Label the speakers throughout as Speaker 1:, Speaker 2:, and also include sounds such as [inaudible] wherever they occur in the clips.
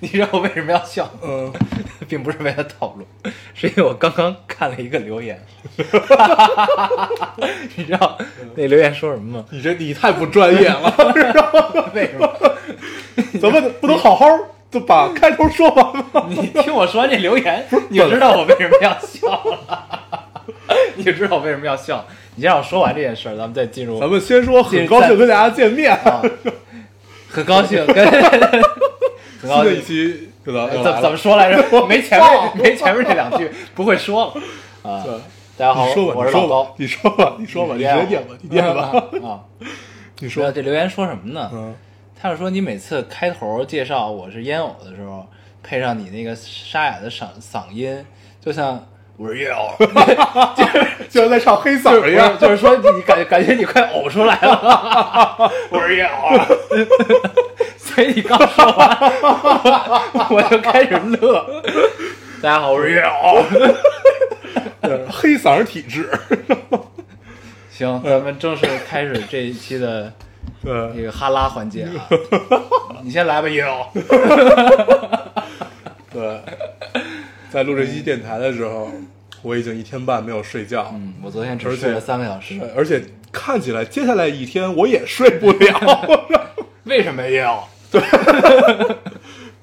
Speaker 1: 你知道我为什么要笑？
Speaker 2: 嗯，
Speaker 1: 并不是为了讨论， [laughs] 是因为我刚刚看了一个留言， [laughs] 你知道那留言说什么吗？
Speaker 2: 你这你太不专业了，
Speaker 1: 为什么？
Speaker 2: [laughs] 咱们不能好好就把开头说完吗？
Speaker 1: 你听我说完这留言，你就知道我为什么要笑了， [laughs] 你就知道我为什么要笑。你先让我说完这件事儿，咱们再进入。
Speaker 2: 咱们先说，很高兴跟大家
Speaker 1: [laughs]
Speaker 2: 见面，
Speaker 1: 啊，很高兴，跟
Speaker 2: [laughs]
Speaker 1: 很
Speaker 2: 新
Speaker 1: 高
Speaker 2: 的
Speaker 1: 兴
Speaker 2: 一。期呃又来
Speaker 1: 怎
Speaker 2: 又
Speaker 1: 么
Speaker 2: 来
Speaker 1: 怎
Speaker 2: 了
Speaker 1: 么。说来
Speaker 2: [laughs]
Speaker 1: 着？没前面没前面这两句，不会说了啊
Speaker 2: 对！
Speaker 1: 大家好，
Speaker 2: 呃你说吧，
Speaker 1: 我是
Speaker 2: 你
Speaker 1: 老
Speaker 2: 说
Speaker 1: 高
Speaker 2: 吧，。你说吧，你说吧，你直接念吧，你念吧，
Speaker 1: [laughs] 啊！
Speaker 2: [laughs] 你
Speaker 1: 说
Speaker 2: 说，
Speaker 1: 这留言说什么呢？
Speaker 2: 嗯，
Speaker 1: 他是说你每次开头介绍我是烟偶的时候，配上你那个沙哑的嗓嗓音，就像我是烟偶，
Speaker 2: [laughs] 就像在唱黑嗓儿一样，
Speaker 1: 就是说你感感觉你快呕出来了， [laughs] 我是烟偶。所以你刚说完，我我就开始
Speaker 2: [laughs]
Speaker 1: 乐。大家好，
Speaker 2: 哎
Speaker 1: 我是烟偶。
Speaker 2: 对黑嗓儿体质，
Speaker 1: 行，
Speaker 2: 嗯
Speaker 1: 咱们正式开始这一期的
Speaker 2: 对
Speaker 1: 这，个哈拉环节
Speaker 2: [laughs]
Speaker 1: 啊，你先来吧，烟偶。
Speaker 2: 对，在录这期电台的时候，我已经一天半没有睡觉，
Speaker 1: 嗯，我昨天只
Speaker 2: 而且
Speaker 1: 睡了三个小时
Speaker 2: 对，，而且看起来接下来一天我也睡
Speaker 1: [laughs]
Speaker 2: 不了。
Speaker 1: 为什么烟偶？
Speaker 2: 对，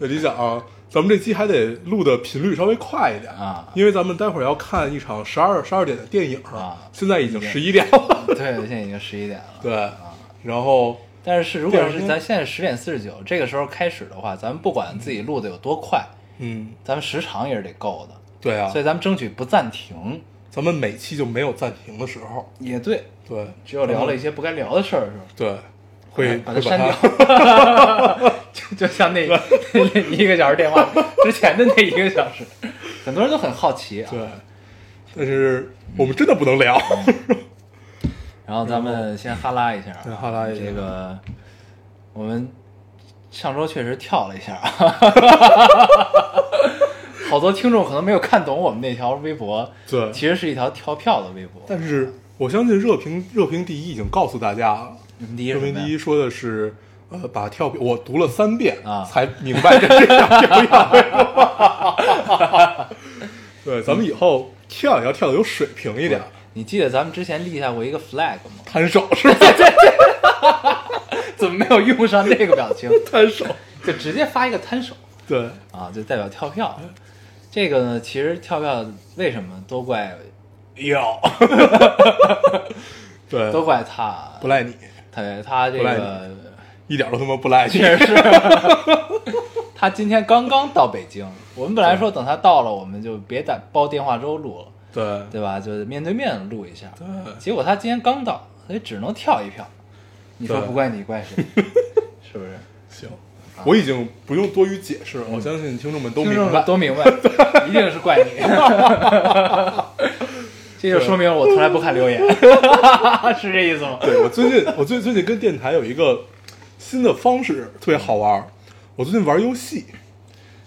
Speaker 2: 你想啊，咱们这期还得录的频率稍微快一点
Speaker 1: 啊
Speaker 2: 因为咱们待会儿要看一场十二十二点的电影
Speaker 1: 啊
Speaker 2: 现在已经十一点了，
Speaker 1: [laughs] 对，现在已经十一点了。
Speaker 2: 对，
Speaker 1: 啊
Speaker 2: 然后
Speaker 1: 但是如果
Speaker 2: 第二
Speaker 1: 是
Speaker 2: 天
Speaker 1: 咱现在十点四十九这个时候开始的话，咱们不管自己录的有多快，
Speaker 2: 嗯，
Speaker 1: 咱们时长也是得够的，
Speaker 2: 对啊
Speaker 1: 所，以咱们争取不暂停。
Speaker 2: 咱们每期就没有暂停的时候，
Speaker 1: 也对，
Speaker 2: 对，
Speaker 1: 只有聊了一些不该聊的事儿的时候，
Speaker 2: 对，会
Speaker 1: 把
Speaker 2: 会
Speaker 1: 删
Speaker 2: 它
Speaker 1: 掉。 [laughs] 就就像那那一个小时电话之前的那一个小时，很多人都很好奇啊。
Speaker 2: [laughs]
Speaker 1: [laughs]
Speaker 2: 对，但是我们真的不能聊，
Speaker 1: 嗯然后咱们先哈拉一下啊，
Speaker 2: 对哈拉一下
Speaker 1: 这个我们上周确实跳了一下啊，好多听众可能没有看懂我们那条微博，
Speaker 2: 对
Speaker 1: 其实是一条跳票的微博。
Speaker 2: [laughs] 但是我相信热评热评第一已经告诉大家了，
Speaker 1: 你们第一是
Speaker 2: 热
Speaker 1: 什
Speaker 2: 评
Speaker 1: 么
Speaker 2: 第
Speaker 1: 呀
Speaker 2: 一？说的是。呃，把跳票我读了三遍
Speaker 1: 啊
Speaker 2: 才明白这是跳票。 [laughs] 对，咱们以后跳也要跳的有水平一点，
Speaker 1: 你记得咱们之前立下过一个 flag 吗？
Speaker 2: [laughs] 摊手是吧？
Speaker 1: 怎么没有用上这个表情？
Speaker 2: 摊手，
Speaker 1: [laughs] 就直接发一个摊手
Speaker 2: 对，
Speaker 1: 啊，就代表跳票。这个呢，其实跳票为什么都怪
Speaker 2: 有， [laughs] 对，
Speaker 1: 都怪他，
Speaker 2: 不赖你，
Speaker 1: 他他这
Speaker 2: 不赖
Speaker 1: 个
Speaker 2: 你一点都他妈不赖你。
Speaker 1: 确实是。 [laughs] 他今天刚刚到北京，我们本来说等他到了，我们就别打煲电话粥录了，
Speaker 2: 对，
Speaker 1: 对吧？就是面对面录一下。
Speaker 2: 对
Speaker 1: 结果他今天刚到，所以只能跳一票。你说
Speaker 2: 对
Speaker 1: 不怪你，怪谁？ [laughs] 是不是？
Speaker 2: 行，我已经不用多余解释了，我相信听众们都
Speaker 1: 听
Speaker 2: 明
Speaker 1: 众们
Speaker 2: 白。
Speaker 1: 都明白，
Speaker 2: [laughs]
Speaker 1: 一定是怪你。 [laughs] 这就说明我从来不看留言， [laughs] 是这意思吗？
Speaker 2: 对我最近，我最最近跟电台有一个新的方式，特别好玩儿。我最近玩游戏，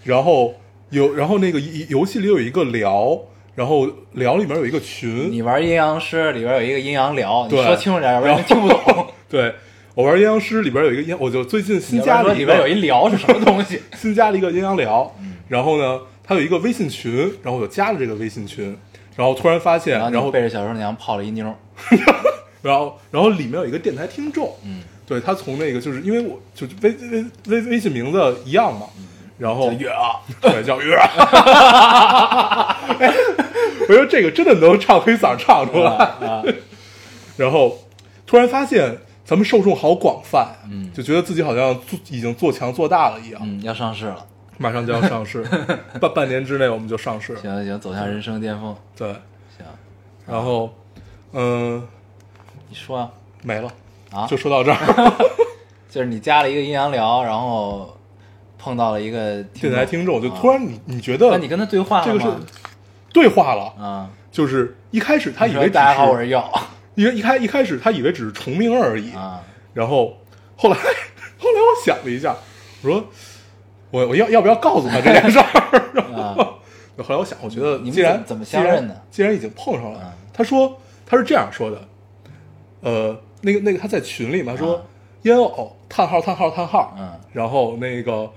Speaker 2: 然后有，然后那个一游戏里有一个聊，然后聊里面有一个群，
Speaker 1: 你玩阴阳师里边有一个阴阳聊，你
Speaker 2: 对
Speaker 1: 说清楚点，要不然人听不懂。
Speaker 2: [laughs] 对我玩阴阳师里边有一个阴，我就最近
Speaker 1: 你
Speaker 2: 新
Speaker 1: 要
Speaker 2: 加
Speaker 1: 说
Speaker 2: 了一
Speaker 1: 里
Speaker 2: 个
Speaker 1: 边有嗯一聊是什么东西？
Speaker 2: 新加了一个阴阳聊，然后呢，它有一个微信群，然后我就加了这个微信群，然后突然发现，
Speaker 1: 然后
Speaker 2: 然
Speaker 1: 你
Speaker 2: 后
Speaker 1: 背着小生娘泡了一妞
Speaker 2: [laughs]
Speaker 1: 儿，
Speaker 2: 然后然后里面有一个电台听众，嗯，对他从那个就是因为我就微微微微信名字一样嘛，
Speaker 1: 嗯
Speaker 2: 然后月啊，对，叫
Speaker 1: [laughs]
Speaker 2: 月啊，哎我说这个真的能唱黑嗓唱出来，
Speaker 1: 嗯啊
Speaker 2: 然后突然发现咱们受众好广泛，嗯，就觉得自己好像做已经做强做大了一样，
Speaker 1: 嗯，要上市了，
Speaker 2: 马上就要
Speaker 1: [laughs]
Speaker 2: 上市，半半年之内我们就上市，
Speaker 1: 行行行，走向人生巅峰，
Speaker 2: 对，
Speaker 1: 行，
Speaker 2: 然后嗯、
Speaker 1: 你说啊，
Speaker 2: 没了
Speaker 1: 啊 [laughs]
Speaker 2: 就说到这儿，
Speaker 1: 就是你加了一个阴阳聊，然后碰到了一个
Speaker 2: 电台听众，就
Speaker 1: 啊
Speaker 2: 突然你你觉
Speaker 1: 那
Speaker 2: 得
Speaker 1: 你跟他对话
Speaker 2: 这
Speaker 1: 了
Speaker 2: 个是
Speaker 1: 啊吗？
Speaker 2: 对话了，
Speaker 1: 啊，
Speaker 2: 就是一开始他以
Speaker 1: 你
Speaker 2: 为
Speaker 1: 说
Speaker 2: 只
Speaker 1: 大家好，我
Speaker 2: 是
Speaker 1: 是
Speaker 2: [laughs]
Speaker 1: 耀
Speaker 2: 一一开一开始他以为只是重名而已，
Speaker 1: 啊，
Speaker 2: 然后后来 [laughs] 后来我想了一下，我说我我要要不要告诉他这件
Speaker 1: [laughs]
Speaker 2: 事儿？然后后来我想，我觉得
Speaker 1: 啊你们
Speaker 2: 既然
Speaker 1: 怎么相认的
Speaker 2: 既然既然已经碰上
Speaker 1: 啊
Speaker 2: 了，他说他是这样说的，呃，那个那个他在群里嘛
Speaker 1: 啊
Speaker 2: 说烟偶叹号叹号叹号，
Speaker 1: 嗯
Speaker 2: 然后那个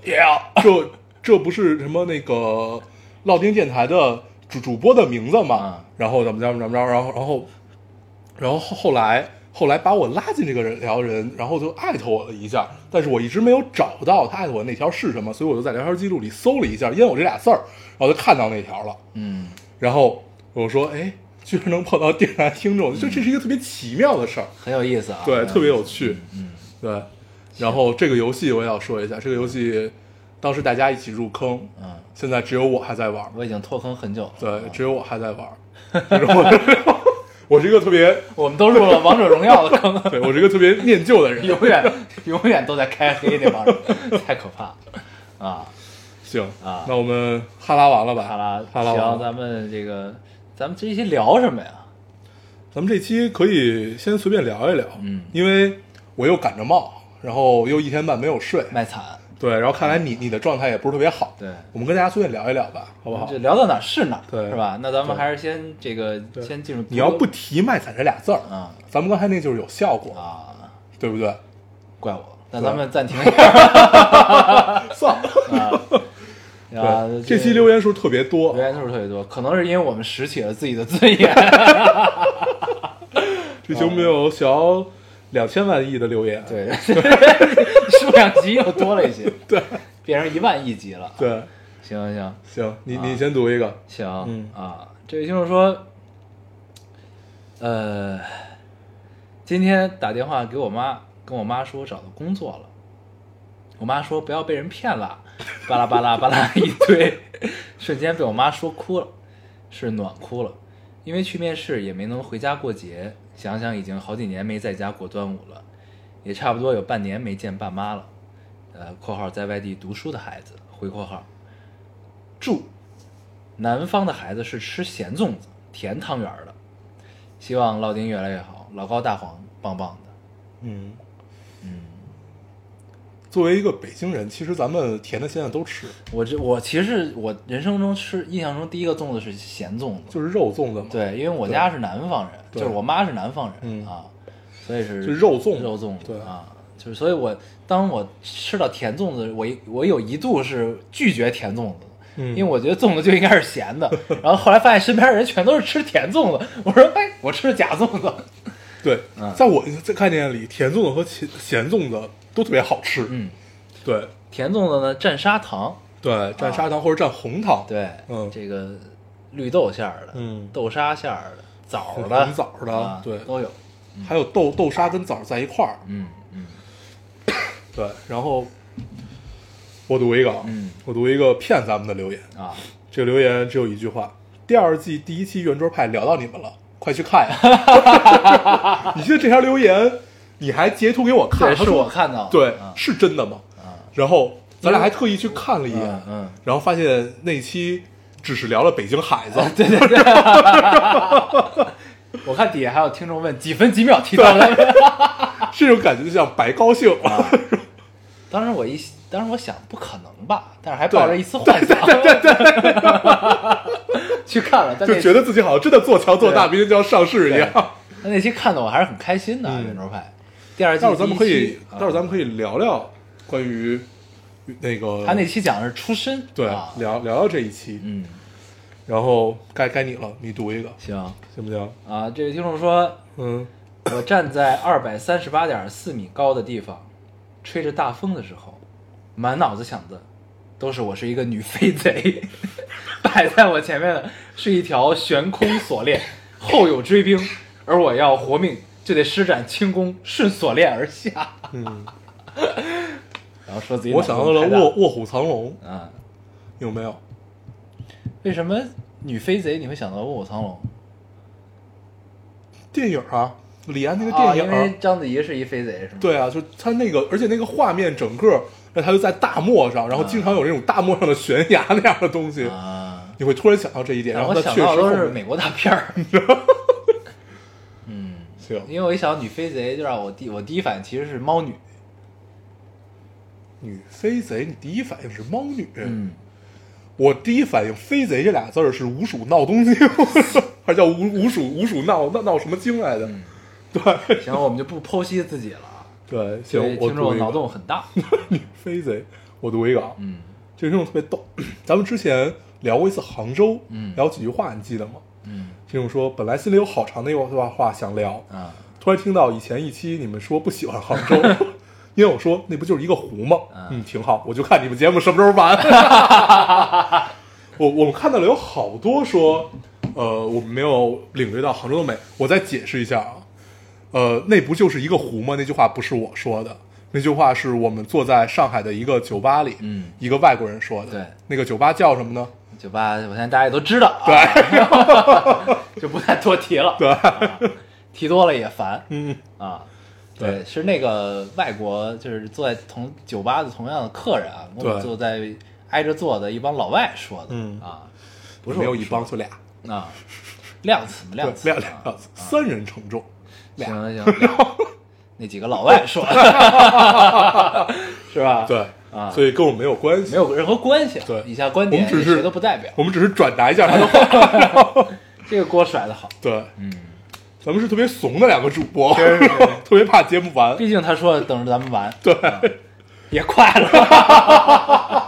Speaker 2: 这这不是什么那个烙丁电台的主主播的名字嘛
Speaker 1: 啊？
Speaker 2: 然后怎么着怎么着，然后然后然后后后来后来把我拉进这个人聊人，然后就艾特我了一下，但是我一直没有找到他艾特我那条是什么，所以我就在聊天记录里搜了一下“烟偶”这俩字儿，然后就看到那条了。
Speaker 1: 嗯，
Speaker 2: 然后我说：“哎，居然能碰到电台听众，这这是一个特别奇妙的事儿，
Speaker 1: 很有意思啊，
Speaker 2: 对，
Speaker 1: 嗯
Speaker 2: 特别有趣。”
Speaker 1: 嗯，
Speaker 2: 对，然后这个游戏我也要说一下，这个游戏当时大家一起入坑，
Speaker 1: 嗯，
Speaker 2: 现在只有我还在玩儿，
Speaker 1: 我已经脱坑很久了，
Speaker 2: 对，
Speaker 1: 嗯
Speaker 2: 只有我还在玩儿，就
Speaker 1: [laughs]
Speaker 2: 是我我是一个特别，
Speaker 1: 我们都入了王者荣耀的坑，
Speaker 2: 对我是一个特别念旧的人。
Speaker 1: 永远永远都在开黑那帮人， [laughs] 太可怕了啊！
Speaker 2: 行
Speaker 1: 啊
Speaker 2: 那我们哈拉完了吧？
Speaker 1: 好啦，
Speaker 2: 哈拉完
Speaker 1: 行，
Speaker 2: 了，
Speaker 1: 咱们这个咱们这一期聊什么呀？
Speaker 2: 咱们这期可以先随便聊一聊，
Speaker 1: 嗯
Speaker 2: 因为我又感着冒，然后又一天半没有睡，
Speaker 1: 卖惨，
Speaker 2: 对，然后看来你你的状态也不是特别好，
Speaker 1: 对
Speaker 2: 我们跟大家随便聊一聊吧，好不好
Speaker 1: 就？聊到哪儿是哪儿，
Speaker 2: 对
Speaker 1: 是吧？那咱们
Speaker 2: 对
Speaker 1: 还是先这个先进入，
Speaker 2: 你要不提“卖惨”这俩字儿，
Speaker 1: 啊
Speaker 2: 咱们刚才那就是有效果，
Speaker 1: 啊，
Speaker 2: 对不对？
Speaker 1: 怪我。那咱们暂停一下
Speaker 2: 算了，
Speaker 1: 啊。啊
Speaker 2: [laughs] 对，，这期留言数特别多
Speaker 1: 留，言数特别多，可能是因为我们拾起了自己的尊
Speaker 2: [laughs]
Speaker 1: 严。
Speaker 2: 这期我们有小两千万亿的留言，
Speaker 1: 对， [laughs] 数量级又多了一些，
Speaker 2: 对
Speaker 1: 变成一万亿级了。
Speaker 2: 对，
Speaker 1: 行行行，
Speaker 2: 行，你
Speaker 1: 啊
Speaker 2: 你先读一个，
Speaker 1: 行，
Speaker 2: 嗯
Speaker 1: 啊，这位听众说，呃，今天打电话给我妈，跟我妈说我找到工作了，我妈说不要被人骗了，巴拉巴拉巴拉一堆，瞬间被我妈说哭了，是暖哭了，因为去面试也没能回家过节，想想已经好几年没在家过端午了，也差不多有半年没见爸妈了，呃（括号在外地读书的孩子）回括号，祝南方的孩子是吃咸粽子、甜汤圆儿的。希望老丁越来越好，老高大黄棒棒的。
Speaker 2: 嗯嗯，作为一个北京人，其实咱们甜的现在都吃，
Speaker 1: 我这我其实我人生中吃印象中第一个粽子是咸粽子，
Speaker 2: 就是肉粽子嘛，
Speaker 1: 对，因为我家是南方人，就
Speaker 2: 对
Speaker 1: 是我妈是南方人、
Speaker 2: 嗯
Speaker 1: 啊，所以是
Speaker 2: 就肉粽
Speaker 1: 肉粽子
Speaker 2: 对
Speaker 1: 啊，就是所以我当我吃到甜粽子，我一我有一度是拒绝甜粽子的。
Speaker 2: 嗯
Speaker 1: 因为我觉得粽子就应该是咸的，然后后来发现身边人全都是吃甜粽子，我说哎，我吃的假粽子，
Speaker 2: 对
Speaker 1: 嗯，
Speaker 2: 在我这概念里，甜粽子和咸咸粽子都特别好吃，
Speaker 1: 嗯，
Speaker 2: 对
Speaker 1: 甜粽子呢蘸砂糖，
Speaker 2: 对，蘸砂糖或者蘸红
Speaker 1: 啊
Speaker 2: 糖，
Speaker 1: 对，
Speaker 2: 嗯
Speaker 1: 这个绿豆馅儿的，
Speaker 2: 嗯
Speaker 1: 豆沙馅儿的，枣儿的，
Speaker 2: 红枣的
Speaker 1: 啊
Speaker 2: 对
Speaker 1: 都有，
Speaker 2: 还有豆豆沙跟枣在一块儿，
Speaker 1: 嗯嗯
Speaker 2: 对，然后我读一个，啊
Speaker 1: 嗯，
Speaker 2: 我读一个骗咱们的留言，
Speaker 1: 啊，
Speaker 2: 这个留言只有一句话：第二季第一期圆桌派聊到你们了，快去看呀！
Speaker 1: [laughs]
Speaker 2: 你记得这条留言，你还截图给我看，
Speaker 1: 对，
Speaker 2: 他
Speaker 1: 是
Speaker 2: 说
Speaker 1: 我看到的，
Speaker 2: 对
Speaker 1: 啊，
Speaker 2: 是真的吗？
Speaker 1: 啊，
Speaker 2: 然后咱俩还特意去看了一眼
Speaker 1: 嗯，嗯，
Speaker 2: 然后发现那期只是聊了北京
Speaker 1: [laughs]
Speaker 2: 海子，对
Speaker 1: 我看底下还有听众问几分几秒提到的，
Speaker 2: 这种感觉就像白高兴。
Speaker 1: 啊 [laughs] 当时我一当时我想不可能吧，但是还抱着一丝幻想， [laughs] 去看了，但
Speaker 2: 就
Speaker 1: 那
Speaker 2: 觉得自己好像真的做强做大，
Speaker 1: 对
Speaker 2: 明天就要上市一
Speaker 1: 对
Speaker 2: 样。
Speaker 1: 但那期看的我还是很开心的，
Speaker 2: 嗯
Speaker 1: 圆桌派。第二季
Speaker 2: 待会儿咱们可
Speaker 1: 第一
Speaker 2: 以
Speaker 1: 期，
Speaker 2: 待会儿咱
Speaker 1: 啊
Speaker 2: 们可以聊聊关于那个
Speaker 1: 他那期讲的是出身，
Speaker 2: 对
Speaker 1: 啊
Speaker 2: 聊聊聊这一期，
Speaker 1: 嗯，
Speaker 2: 然后该该你了，你读一个
Speaker 1: 行
Speaker 2: 行不行？
Speaker 1: 啊。这位听众说，
Speaker 2: 嗯，
Speaker 1: 我站在二百三十八点四米高的地方，吹着大风的时候，满脑子想的都是我是一个女飞贼，摆在我前面的是一条悬空锁链，后有追兵，而我要活命，就得施展轻功，顺锁链而下。
Speaker 2: 嗯，
Speaker 1: [laughs] 然后说自己
Speaker 2: 我想到
Speaker 1: 脑
Speaker 2: 了
Speaker 1: 洞太大
Speaker 2: 卧卧虎藏龙，
Speaker 1: 啊，
Speaker 2: 有没有？
Speaker 1: 为什么女飞贼你会想到卧虎藏龙？
Speaker 2: 电影啊，李安那个
Speaker 1: 啊，
Speaker 2: 电
Speaker 1: 因
Speaker 2: 影，
Speaker 1: 为章子怡是一飞贼是吗？
Speaker 2: 对啊，就他那个，而且那个画面整个那它就在大漠上，然后经常有那种大漠上的悬崖那样的东西，
Speaker 1: 啊，
Speaker 2: 你会突然想到这一点，然
Speaker 1: 但
Speaker 2: 后
Speaker 1: 我想
Speaker 2: 它确
Speaker 1: 到
Speaker 2: 实
Speaker 1: 都
Speaker 2: 后
Speaker 1: 是
Speaker 2: 面
Speaker 1: 美国大片
Speaker 2: [laughs]
Speaker 1: 儿。嗯，
Speaker 2: 行
Speaker 1: 因为我一想到女飞贼，就让我第我第一反应其实是猫女。
Speaker 2: 女飞贼，你第一反应是猫女，
Speaker 1: 嗯
Speaker 2: 我第一反应“飞贼”这俩字儿是五鼠闹东京， [laughs] 还叫五五鼠五鼠闹闹闹什么精来的？
Speaker 1: 嗯
Speaker 2: 对 [laughs]
Speaker 1: 行，我们就不剖析自己了啊，
Speaker 2: 对，
Speaker 1: 因为
Speaker 2: 行，我
Speaker 1: 听
Speaker 2: 读
Speaker 1: 众
Speaker 2: 一
Speaker 1: 脑
Speaker 2: 个
Speaker 1: 洞很
Speaker 2: [laughs]
Speaker 1: 大。
Speaker 2: 飞贼，我读一个啊，
Speaker 1: 嗯
Speaker 2: 这个听众特别逗。 [clears throat] 咱们之前聊过一次杭州，
Speaker 1: 嗯
Speaker 2: 聊几句话，你记得吗？
Speaker 1: 嗯
Speaker 2: 这种说本来心里有好长的一段话想聊，
Speaker 1: 啊
Speaker 2: 突然听到以前一期你们说不喜欢杭
Speaker 1: [laughs]
Speaker 2: 州，因为我说那不就是一个湖吗？
Speaker 1: 嗯
Speaker 2: 嗯，挺好，我就看你们节目什么时候完。 [laughs] 我我们看到了有好多说，呃，我们没有领略到杭州的美。我再解释一下啊，呃，那不就是一个湖吗？那句话不是我说的，那句话是我们坐在上海的一个酒吧里，
Speaker 1: 嗯
Speaker 2: 一个外国人说的。
Speaker 1: 对，
Speaker 2: 那个酒吧叫什么呢？
Speaker 1: 酒吧，我相信大家也都知道啊，
Speaker 2: 对，
Speaker 1: [laughs] 就不再多提了。
Speaker 2: [laughs] 对
Speaker 1: 啊，提多了也烦
Speaker 2: 嗯，
Speaker 1: 啊。
Speaker 2: 对
Speaker 1: 对，是那个外国，就是坐在同酒吧的同样的客人啊，跟我们
Speaker 2: 对
Speaker 1: 坐在挨着坐的一帮老外说的
Speaker 2: 嗯
Speaker 1: 啊，不是
Speaker 2: 没有
Speaker 1: 我
Speaker 2: 一
Speaker 1: 说
Speaker 2: 帮就俩，
Speaker 1: 的啊，量词嘛，量词
Speaker 2: 两
Speaker 1: 嘛，
Speaker 2: 两两三人承重，俩
Speaker 1: 行行，俩那几个老外说的，
Speaker 2: [laughs]
Speaker 1: 是吧？
Speaker 2: 对
Speaker 1: 啊
Speaker 2: 所以跟我们没有关系
Speaker 1: 没，有任何关系啊。
Speaker 2: 对
Speaker 1: 以下观
Speaker 2: 我
Speaker 1: 点
Speaker 2: 们只是
Speaker 1: 谁都不代表。
Speaker 2: 我们只是转达一下他的话。
Speaker 1: [laughs] 这个锅甩的好，
Speaker 2: 对，
Speaker 1: 嗯，
Speaker 2: 咱们是特别怂的两个主播，
Speaker 1: 真是
Speaker 2: [laughs] 特别怕节目完。
Speaker 1: 毕竟他说等着咱们玩，
Speaker 2: 对，
Speaker 1: 也快了。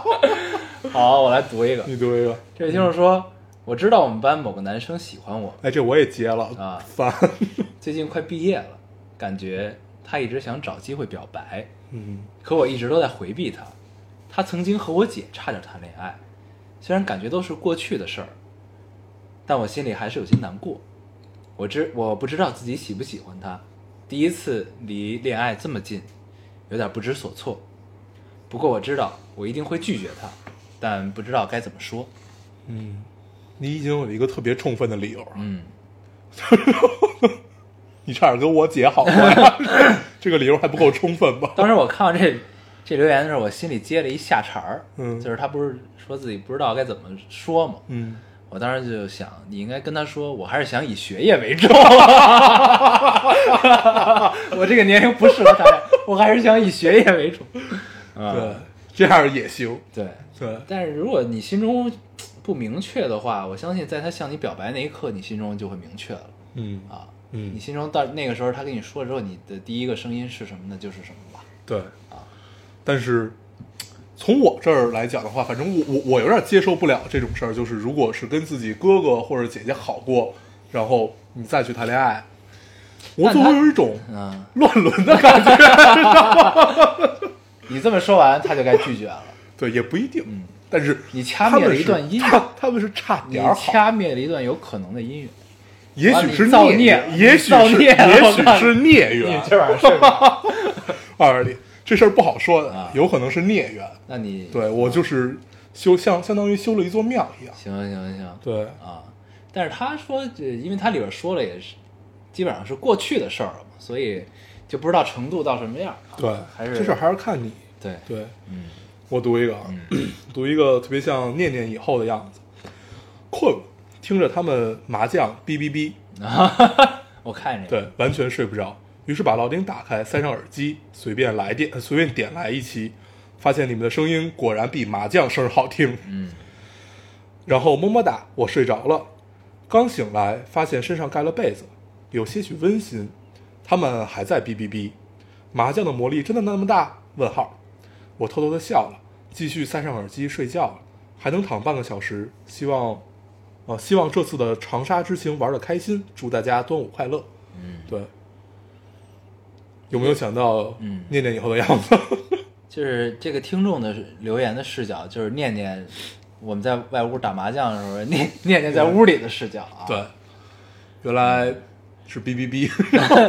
Speaker 1: [laughs] 好，我来读一个。
Speaker 2: 你读一个，
Speaker 1: 这位听众说，我知道我们班某个男生喜欢我，
Speaker 2: 哎，这我也接了
Speaker 1: 啊 [laughs]
Speaker 2: 烦。
Speaker 1: 最近快毕业了，感觉他一直想找机会表白，
Speaker 2: 嗯，
Speaker 1: 可我一直都在回避他。他曾经和我姐差点谈恋爱，虽然感觉都是过去的事儿，但我心里还是有些难过。我知我不知道自己喜不喜欢他，第一次离恋爱这么近，有点不知所措。不过我知道我一定会拒绝他，但不知道该怎么说。
Speaker 2: 你已经有了一个特别充分的理由，
Speaker 1: 嗯，
Speaker 2: 你差点跟我姐
Speaker 1: [laughs]
Speaker 2: 好过呀。这个理由还不够充分吧？
Speaker 1: 当时我看到这这留言的时候，我心里接了一下茬儿，
Speaker 2: 嗯
Speaker 1: 就是他不是说自己不知道该怎么说嘛，
Speaker 2: 嗯，
Speaker 1: 我当时就想，你应该跟他说，我还是想以学业为重， [laughs] 我这个年龄不适合谈恋爱，我还是想以学业为重，
Speaker 2: 对
Speaker 1: 啊，
Speaker 2: 这样也行。
Speaker 1: 对，
Speaker 2: 对，
Speaker 1: 但是如果你心中不明确的话，我相信在他向你表白那一刻，你心中就会明确了
Speaker 2: 嗯
Speaker 1: 啊，你
Speaker 2: 嗯，
Speaker 1: 心中到那个时候他跟你说之后，你的第一个声音是什么呢？就是什么吧，
Speaker 2: 对但是。从我这儿来讲的话，反正我我我有点接受不了这种事儿，就是如果是跟自己哥哥或者姐姐好过，然后你再去谈恋爱，我
Speaker 1: 但他
Speaker 2: 总会有一种
Speaker 1: 嗯。
Speaker 2: 乱伦的感觉。
Speaker 1: [laughs] 你这么说完，他就该拒绝了。
Speaker 2: 对，也不一定。但是
Speaker 1: 嗯你掐
Speaker 2: 他
Speaker 1: 灭
Speaker 2: 们
Speaker 1: 了一
Speaker 2: 是
Speaker 1: 段姻缘
Speaker 2: 他他们是差
Speaker 1: 你
Speaker 2: [laughs] 点儿好，
Speaker 1: 掐灭了一段有可能的姻缘。
Speaker 2: 也
Speaker 1: 啊
Speaker 2: 许
Speaker 1: 你
Speaker 2: 是
Speaker 1: 造
Speaker 2: 孽
Speaker 1: 孽
Speaker 2: 缘，也
Speaker 1: 你
Speaker 2: 许
Speaker 1: 造
Speaker 2: 是
Speaker 1: 孽啊
Speaker 2: 也
Speaker 1: 我
Speaker 2: 许
Speaker 1: 告诉
Speaker 2: 是孽
Speaker 1: 你
Speaker 2: 缘。
Speaker 1: 今晚上睡吧。
Speaker 2: [laughs] 二二里这事儿不好说的
Speaker 1: 啊，
Speaker 2: 有可能是孽缘。
Speaker 1: 那你
Speaker 2: 对我就是修相相当于修了一座庙一样。
Speaker 1: 行行行
Speaker 2: 对，
Speaker 1: 啊！但是他说，这因为他里边说了也是，基本上是过去的事儿了嘛，所以就不知道程度到什么样儿啊。
Speaker 2: 对，
Speaker 1: 还是
Speaker 2: 这事儿还是看你。
Speaker 1: 对，
Speaker 2: 对，
Speaker 1: 嗯
Speaker 2: 我读一个，啊，读一个特别像念念以后的样子。困了，听着他们麻将哔哔哔，
Speaker 1: [laughs] 我看这个，
Speaker 2: 对，完全睡不着。于是把老顶打开，塞上耳机，随便来电，呃随便点来一期，发现你们的声音果然比麻将声好听。
Speaker 1: 嗯
Speaker 2: 然后么么哒，我睡着了。刚醒来，发现身上盖了被子，有些许温馨。他们还在哔哔哔，麻将的魔力真的那么大？问号。我偷偷的笑了，继续塞上耳机睡觉了，还能躺半个小时。希望，呃，希望这次的长沙之行玩的开心，祝大家端午快乐。
Speaker 1: 嗯，
Speaker 2: 对，有没有想到
Speaker 1: 嗯
Speaker 2: 念念以后的样
Speaker 1: [laughs]
Speaker 2: 子？
Speaker 1: 就是这个听众的留言的视角，就是念念我们在外屋打麻将的时候，念念念在屋里的视角啊。
Speaker 2: 对，原来是哔哔
Speaker 1: [laughs]
Speaker 2: 哔。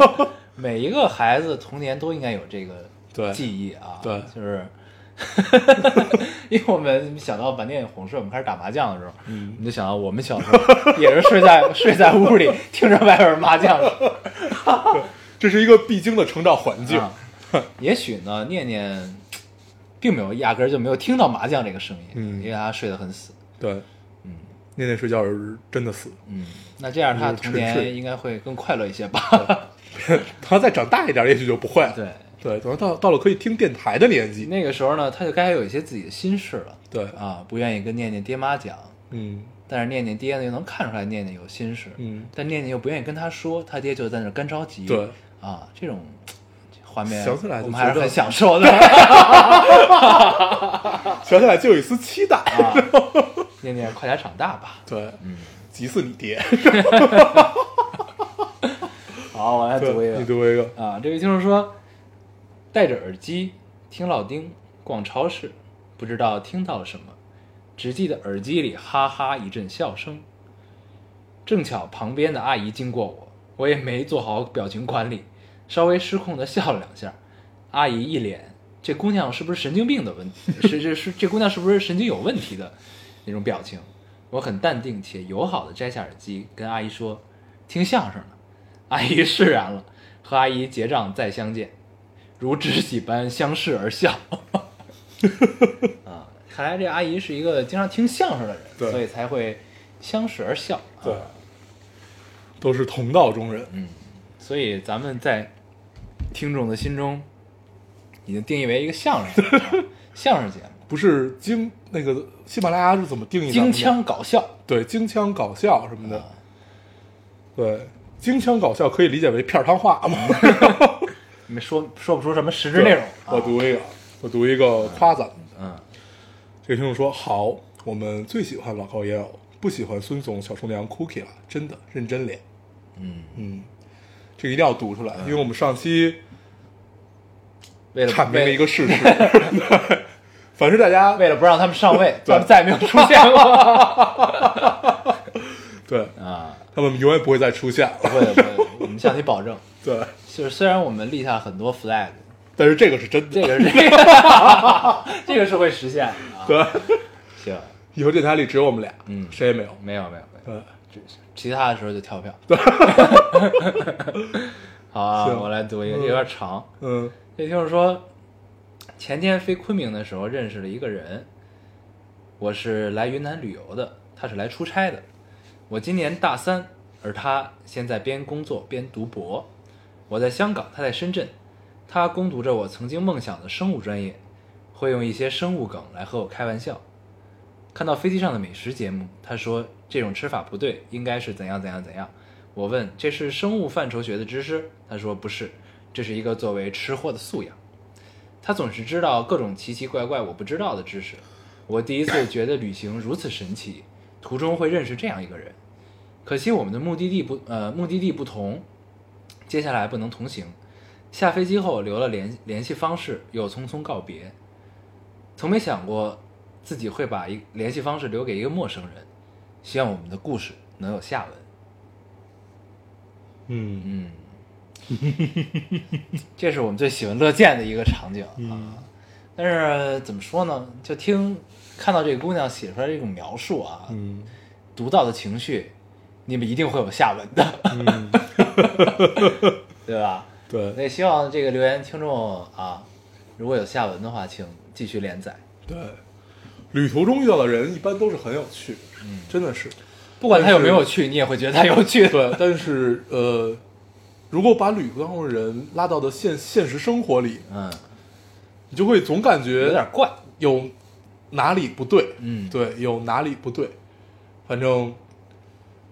Speaker 1: 每一个孩子童年都应该有这
Speaker 2: 对
Speaker 1: 个记忆啊，
Speaker 2: 对
Speaker 1: 就是 [laughs] 因为我们想到晚电影哄睡，我们开始打麻将的时候，嗯，我们就想到我们小时候也是睡在睡在屋里，听着外边麻将声啊
Speaker 2: 这是一个必经的成长环境。
Speaker 1: 啊。也许呢，念念并没有压根儿就没有听到麻将这个声音，
Speaker 2: 嗯
Speaker 1: 因为他睡得很死。
Speaker 2: 对，嗯，那天睡觉是真的死。 [laughs]
Speaker 1: 嗯，那这样他
Speaker 2: 就是
Speaker 1: 童
Speaker 2: 纯睡
Speaker 1: 年应该会更快乐一些吧？
Speaker 2: 他再长大一点，也许就不会
Speaker 1: [laughs]
Speaker 2: 了。
Speaker 1: 对，
Speaker 2: 对，等到到了可以听电台的年纪，
Speaker 1: 那个时候呢，他就该有一些自己的心事了。
Speaker 2: 对
Speaker 1: 啊，不愿意跟念念爹妈讲，
Speaker 2: 嗯
Speaker 1: 但是念念爹呢又能看出来念念有心事，
Speaker 2: 嗯，
Speaker 1: 但念念又不愿意跟他说，他爹就在那儿干着急。
Speaker 2: 对
Speaker 1: 啊，这种这画面
Speaker 2: 想起来就
Speaker 1: 我们还
Speaker 2: 觉
Speaker 1: 是
Speaker 2: 得
Speaker 1: 很享受
Speaker 2: [laughs]
Speaker 1: 的。啊
Speaker 2: 想起来就有一丝期待。
Speaker 1: 啊，嗯念念，快点长大吧。
Speaker 2: 对，急死你
Speaker 1: [laughs]
Speaker 2: 爹。
Speaker 1: 好，我来读一
Speaker 2: 对，
Speaker 1: 个
Speaker 2: 你。读一个，
Speaker 1: 啊，这位听众说，戴着耳机听老丁逛超市，不知道听到了什么，只记得耳机里哈哈一阵笑声。正巧旁边的阿姨经过我，我也没做好表情管理，稍微失控的笑了两下。阿姨一脸这姑娘是不是神经病的问题，是是是这姑娘是不是神经有问题的那种表情。我很淡定且友好的摘下耳机，跟阿姨说：“听相声呢。”阿姨释然了，和阿姨结账再相见，如知己般相视而笑。啊，看来这阿姨是一个经常听相声的人，
Speaker 2: 对
Speaker 1: 所以才会相视而笑。啊
Speaker 2: 对，都是同道中人。
Speaker 1: 所以咱们在听众的心中已经定义为一个相声节目 [laughs] 相声节目，
Speaker 2: 不是京那个喜马拉雅是怎么定义咱
Speaker 1: 京
Speaker 2: 们的？
Speaker 1: 腔啊搞笑。
Speaker 2: 对京腔搞笑什么的，对京腔搞笑可以理解为片儿汤话嘛。
Speaker 1: 你们说说啊不出什么实质内容。
Speaker 2: [laughs]
Speaker 1: 啊
Speaker 2: 我读一个，我读一个夸赞的。
Speaker 1: 嗯，
Speaker 2: 这个听众说好，我们最喜欢老高野偶，不喜欢孙总、小厨娘、Cookie 了，真的认真脸。
Speaker 1: 嗯
Speaker 2: 嗯，这个一定要读出来，因为我们上期
Speaker 1: 为了
Speaker 2: 阐明了一
Speaker 1: 为
Speaker 2: 个事实。对， [laughs] 凡是大家
Speaker 1: 为了不让他们上位，
Speaker 2: 对
Speaker 1: 咱们再也没有出现过 [laughs]
Speaker 2: 对
Speaker 1: 啊！
Speaker 2: 他们永远不会再出现
Speaker 1: 不
Speaker 2: 了。
Speaker 1: 会不会，我们向你保证，
Speaker 2: 对，
Speaker 1: 就是虽然我们立下很多 flag，
Speaker 2: 但是这个是真的。
Speaker 1: 这个是 [laughs] 这个，这个是会实现的啊。
Speaker 2: 对，
Speaker 1: 行，
Speaker 2: 以后电台里 [laughs] 只有我们俩，
Speaker 1: 嗯
Speaker 2: 谁也没有。
Speaker 1: 没有没有没有，
Speaker 2: 对，
Speaker 1: 其他的时候就跳票。 [laughs] 好啊，
Speaker 2: 行
Speaker 1: 我来读一个，
Speaker 2: 嗯
Speaker 1: 这有点长。
Speaker 2: 嗯
Speaker 1: 这听众说，前天飞昆明的时候认识了一个人，我是来云南旅游的，他是来出差的。我今年大三，而他现在边工作边读博。我在香港，他在深圳。他攻读着我曾经梦想的生物专业，会用一些生物梗来和我开玩笑。看到飞机上的美食节目，他说这种吃法不对，应该是怎样怎样怎样。我问这是生物范畴学的知识，他说不是，这是一个作为吃货的素养。他总是知道各种奇奇怪怪我不知道的知识。我第一次觉得旅行如此神奇，途中会认识这样一个人。可惜我们的目的地不呃目的地不同，接下来不能同行。下飞机后留了联联系方式，又匆匆告别。从没想过自己会把一联系方式留给一个陌生人。希望我们的故事能有下文。
Speaker 2: 嗯
Speaker 1: 嗯， [laughs] 这是我们最喜闻乐见的一个场景啊。
Speaker 2: 嗯
Speaker 1: 但是怎么说呢？就听看到这个姑娘写出来这种描述啊，
Speaker 2: 嗯
Speaker 1: 读到的情绪，你们一定会有下文的，
Speaker 2: 嗯，
Speaker 1: [laughs]
Speaker 2: [laughs]
Speaker 1: 对吧？
Speaker 2: 对
Speaker 1: 所以希望这个留言听众啊，如果有下文的话，请继续连载。
Speaker 2: 对，旅途中遇到的人一般都是很有趣，嗯，真的是。
Speaker 1: 不管他有没有
Speaker 2: 但
Speaker 1: 趣，你也会觉得他有趣的。
Speaker 2: 对，但是呃，如果把旅途当中的人拉到的现现实生活里，
Speaker 1: 嗯，
Speaker 2: 你就会总感觉
Speaker 1: 有点怪。
Speaker 2: 有哪里不对，
Speaker 1: 嗯
Speaker 2: 对，有哪里不对，反正，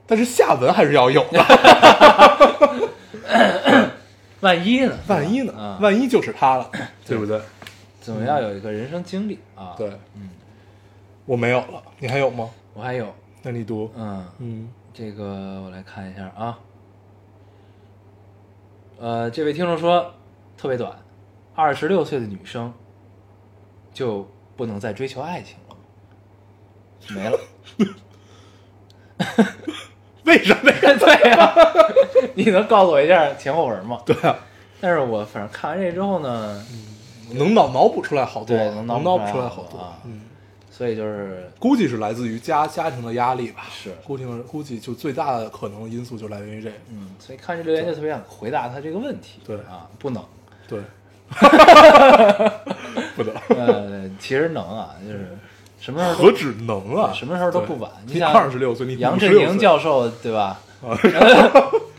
Speaker 2: 但是下文还是要
Speaker 1: [laughs]
Speaker 2: 有
Speaker 1: 啊
Speaker 2: 的，
Speaker 1: 万一呢？
Speaker 2: 万一呢
Speaker 1: 啊？
Speaker 2: 万一就是他了，对不对？
Speaker 1: 总要有一个人生经历啊。，
Speaker 2: 嗯对，嗯，我没有了，你还有吗？
Speaker 1: 我还有，
Speaker 2: 那你读，
Speaker 1: 嗯，
Speaker 2: 嗯
Speaker 1: 这个我来看一下啊。呃，这位听众说特别短，二十六岁的女生就不能再追求爱情了吗，没
Speaker 2: [laughs]
Speaker 1: 了。
Speaker 2: 为什么呀？
Speaker 1: [laughs] 对呀、你能告诉我一下前后文吗？
Speaker 2: 对啊，
Speaker 1: 但是我反正看完这之后呢，
Speaker 2: 能脑脑补出来好多，
Speaker 1: 对
Speaker 2: 能
Speaker 1: 能脑
Speaker 2: 脑
Speaker 1: 补
Speaker 2: 补出
Speaker 1: 出
Speaker 2: 来
Speaker 1: 来
Speaker 2: 好
Speaker 1: 好多
Speaker 2: 多
Speaker 1: 啊，
Speaker 2: 嗯。
Speaker 1: 所以就是
Speaker 2: 估计是来自于家家庭的压力吧，
Speaker 1: 是
Speaker 2: 估计估计就最大的可能因素就来源于这个，
Speaker 1: 嗯，所以看这留言就特别想回答他这个问题。
Speaker 2: 对
Speaker 1: [laughs] 啊，不能。
Speaker 2: 对，不能，
Speaker 1: 呃，其实能啊，就是什么时候
Speaker 2: 何
Speaker 1: 都
Speaker 2: 止能啊，
Speaker 1: 什么时候都不晚。
Speaker 2: 对
Speaker 1: 你想，
Speaker 2: 二十六岁，你
Speaker 1: 杨
Speaker 2: 志
Speaker 1: 振宁教授对吧？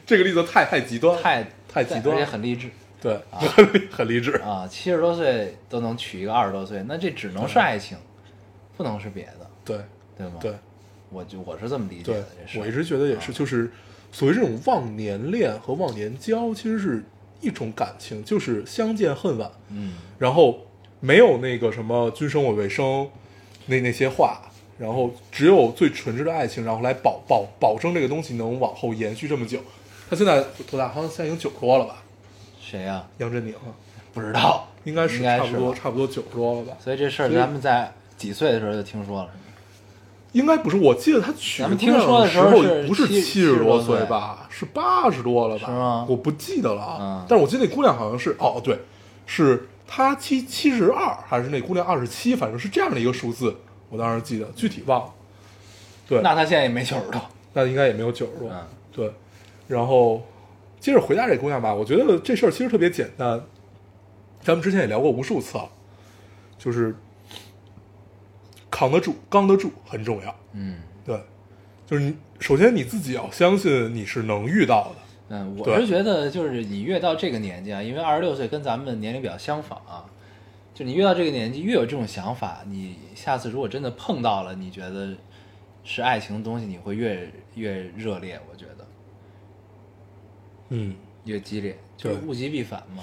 Speaker 2: 这个例子太太极端了，
Speaker 1: 太啊
Speaker 2: 太极端
Speaker 1: 而
Speaker 2: 了
Speaker 1: 且很励志
Speaker 2: 对，很很励志。
Speaker 1: 啊！七十多岁都能娶一个二十多岁，那这只能是爱情，不能是别的，
Speaker 2: 对
Speaker 1: 对吗？
Speaker 2: 对，
Speaker 1: 我就我是这么理解
Speaker 2: 对
Speaker 1: 的，这，是啊
Speaker 2: 我一直觉得也是，就是所谓这种忘年恋和忘年交，其实是一种感情，就是相见恨晚，
Speaker 1: 嗯，
Speaker 2: 然后没有那个什么君生我未生那那些话，然后只有最纯挚的爱情，然后来保保保证这个东西能往后延续这么久。他现在多大？好像现在已经九十多了吧？
Speaker 1: 谁呀、
Speaker 2: 杨振宁啊
Speaker 1: 不知道，
Speaker 2: 应该是
Speaker 1: 应该
Speaker 2: 差不多，
Speaker 1: 吧
Speaker 2: 差不多九十多了吧？
Speaker 1: 所以这事儿
Speaker 2: 所以
Speaker 1: 咱们在几岁的时候就听说了，
Speaker 2: 应该不是，我记得他娶
Speaker 1: 咱们
Speaker 2: 姑
Speaker 1: 听
Speaker 2: 娘
Speaker 1: 说的
Speaker 2: 时
Speaker 1: 时候是
Speaker 2: 不是
Speaker 1: 七
Speaker 2: 七十
Speaker 1: 多
Speaker 2: 岁
Speaker 1: 岁
Speaker 2: 吧，是八十多了吧？
Speaker 1: 是吗
Speaker 2: 我不记得了啊
Speaker 1: 嗯，
Speaker 2: 但是我记得那姑娘好像是哦，对，是她七七十二，还是那姑娘二十七，反正是这样的一个数字，我当时记得，具体忘了。对，
Speaker 1: 那他现在也没九十多，
Speaker 2: 那应该也没有九十多
Speaker 1: 嗯。
Speaker 2: 对，然后接着回答这姑娘吧，我觉得这事儿其实特别简单，咱们之前也聊过无数次了，就是扛得住、刚得住很重要。
Speaker 1: 嗯。
Speaker 2: 对，就是你首先你自己要相信你是能遇到的，
Speaker 1: 嗯，我
Speaker 2: 对
Speaker 1: 是觉得就是你越到这个年纪啊，因为二十六岁跟咱们年龄比较相仿啊，就你越到这个年纪越有这种想法，你下次如果真的碰到了，你觉得是爱情的东西，你会越越热烈，我觉得
Speaker 2: 嗯，
Speaker 1: 越激烈，就是
Speaker 2: 对
Speaker 1: 物极必反嘛。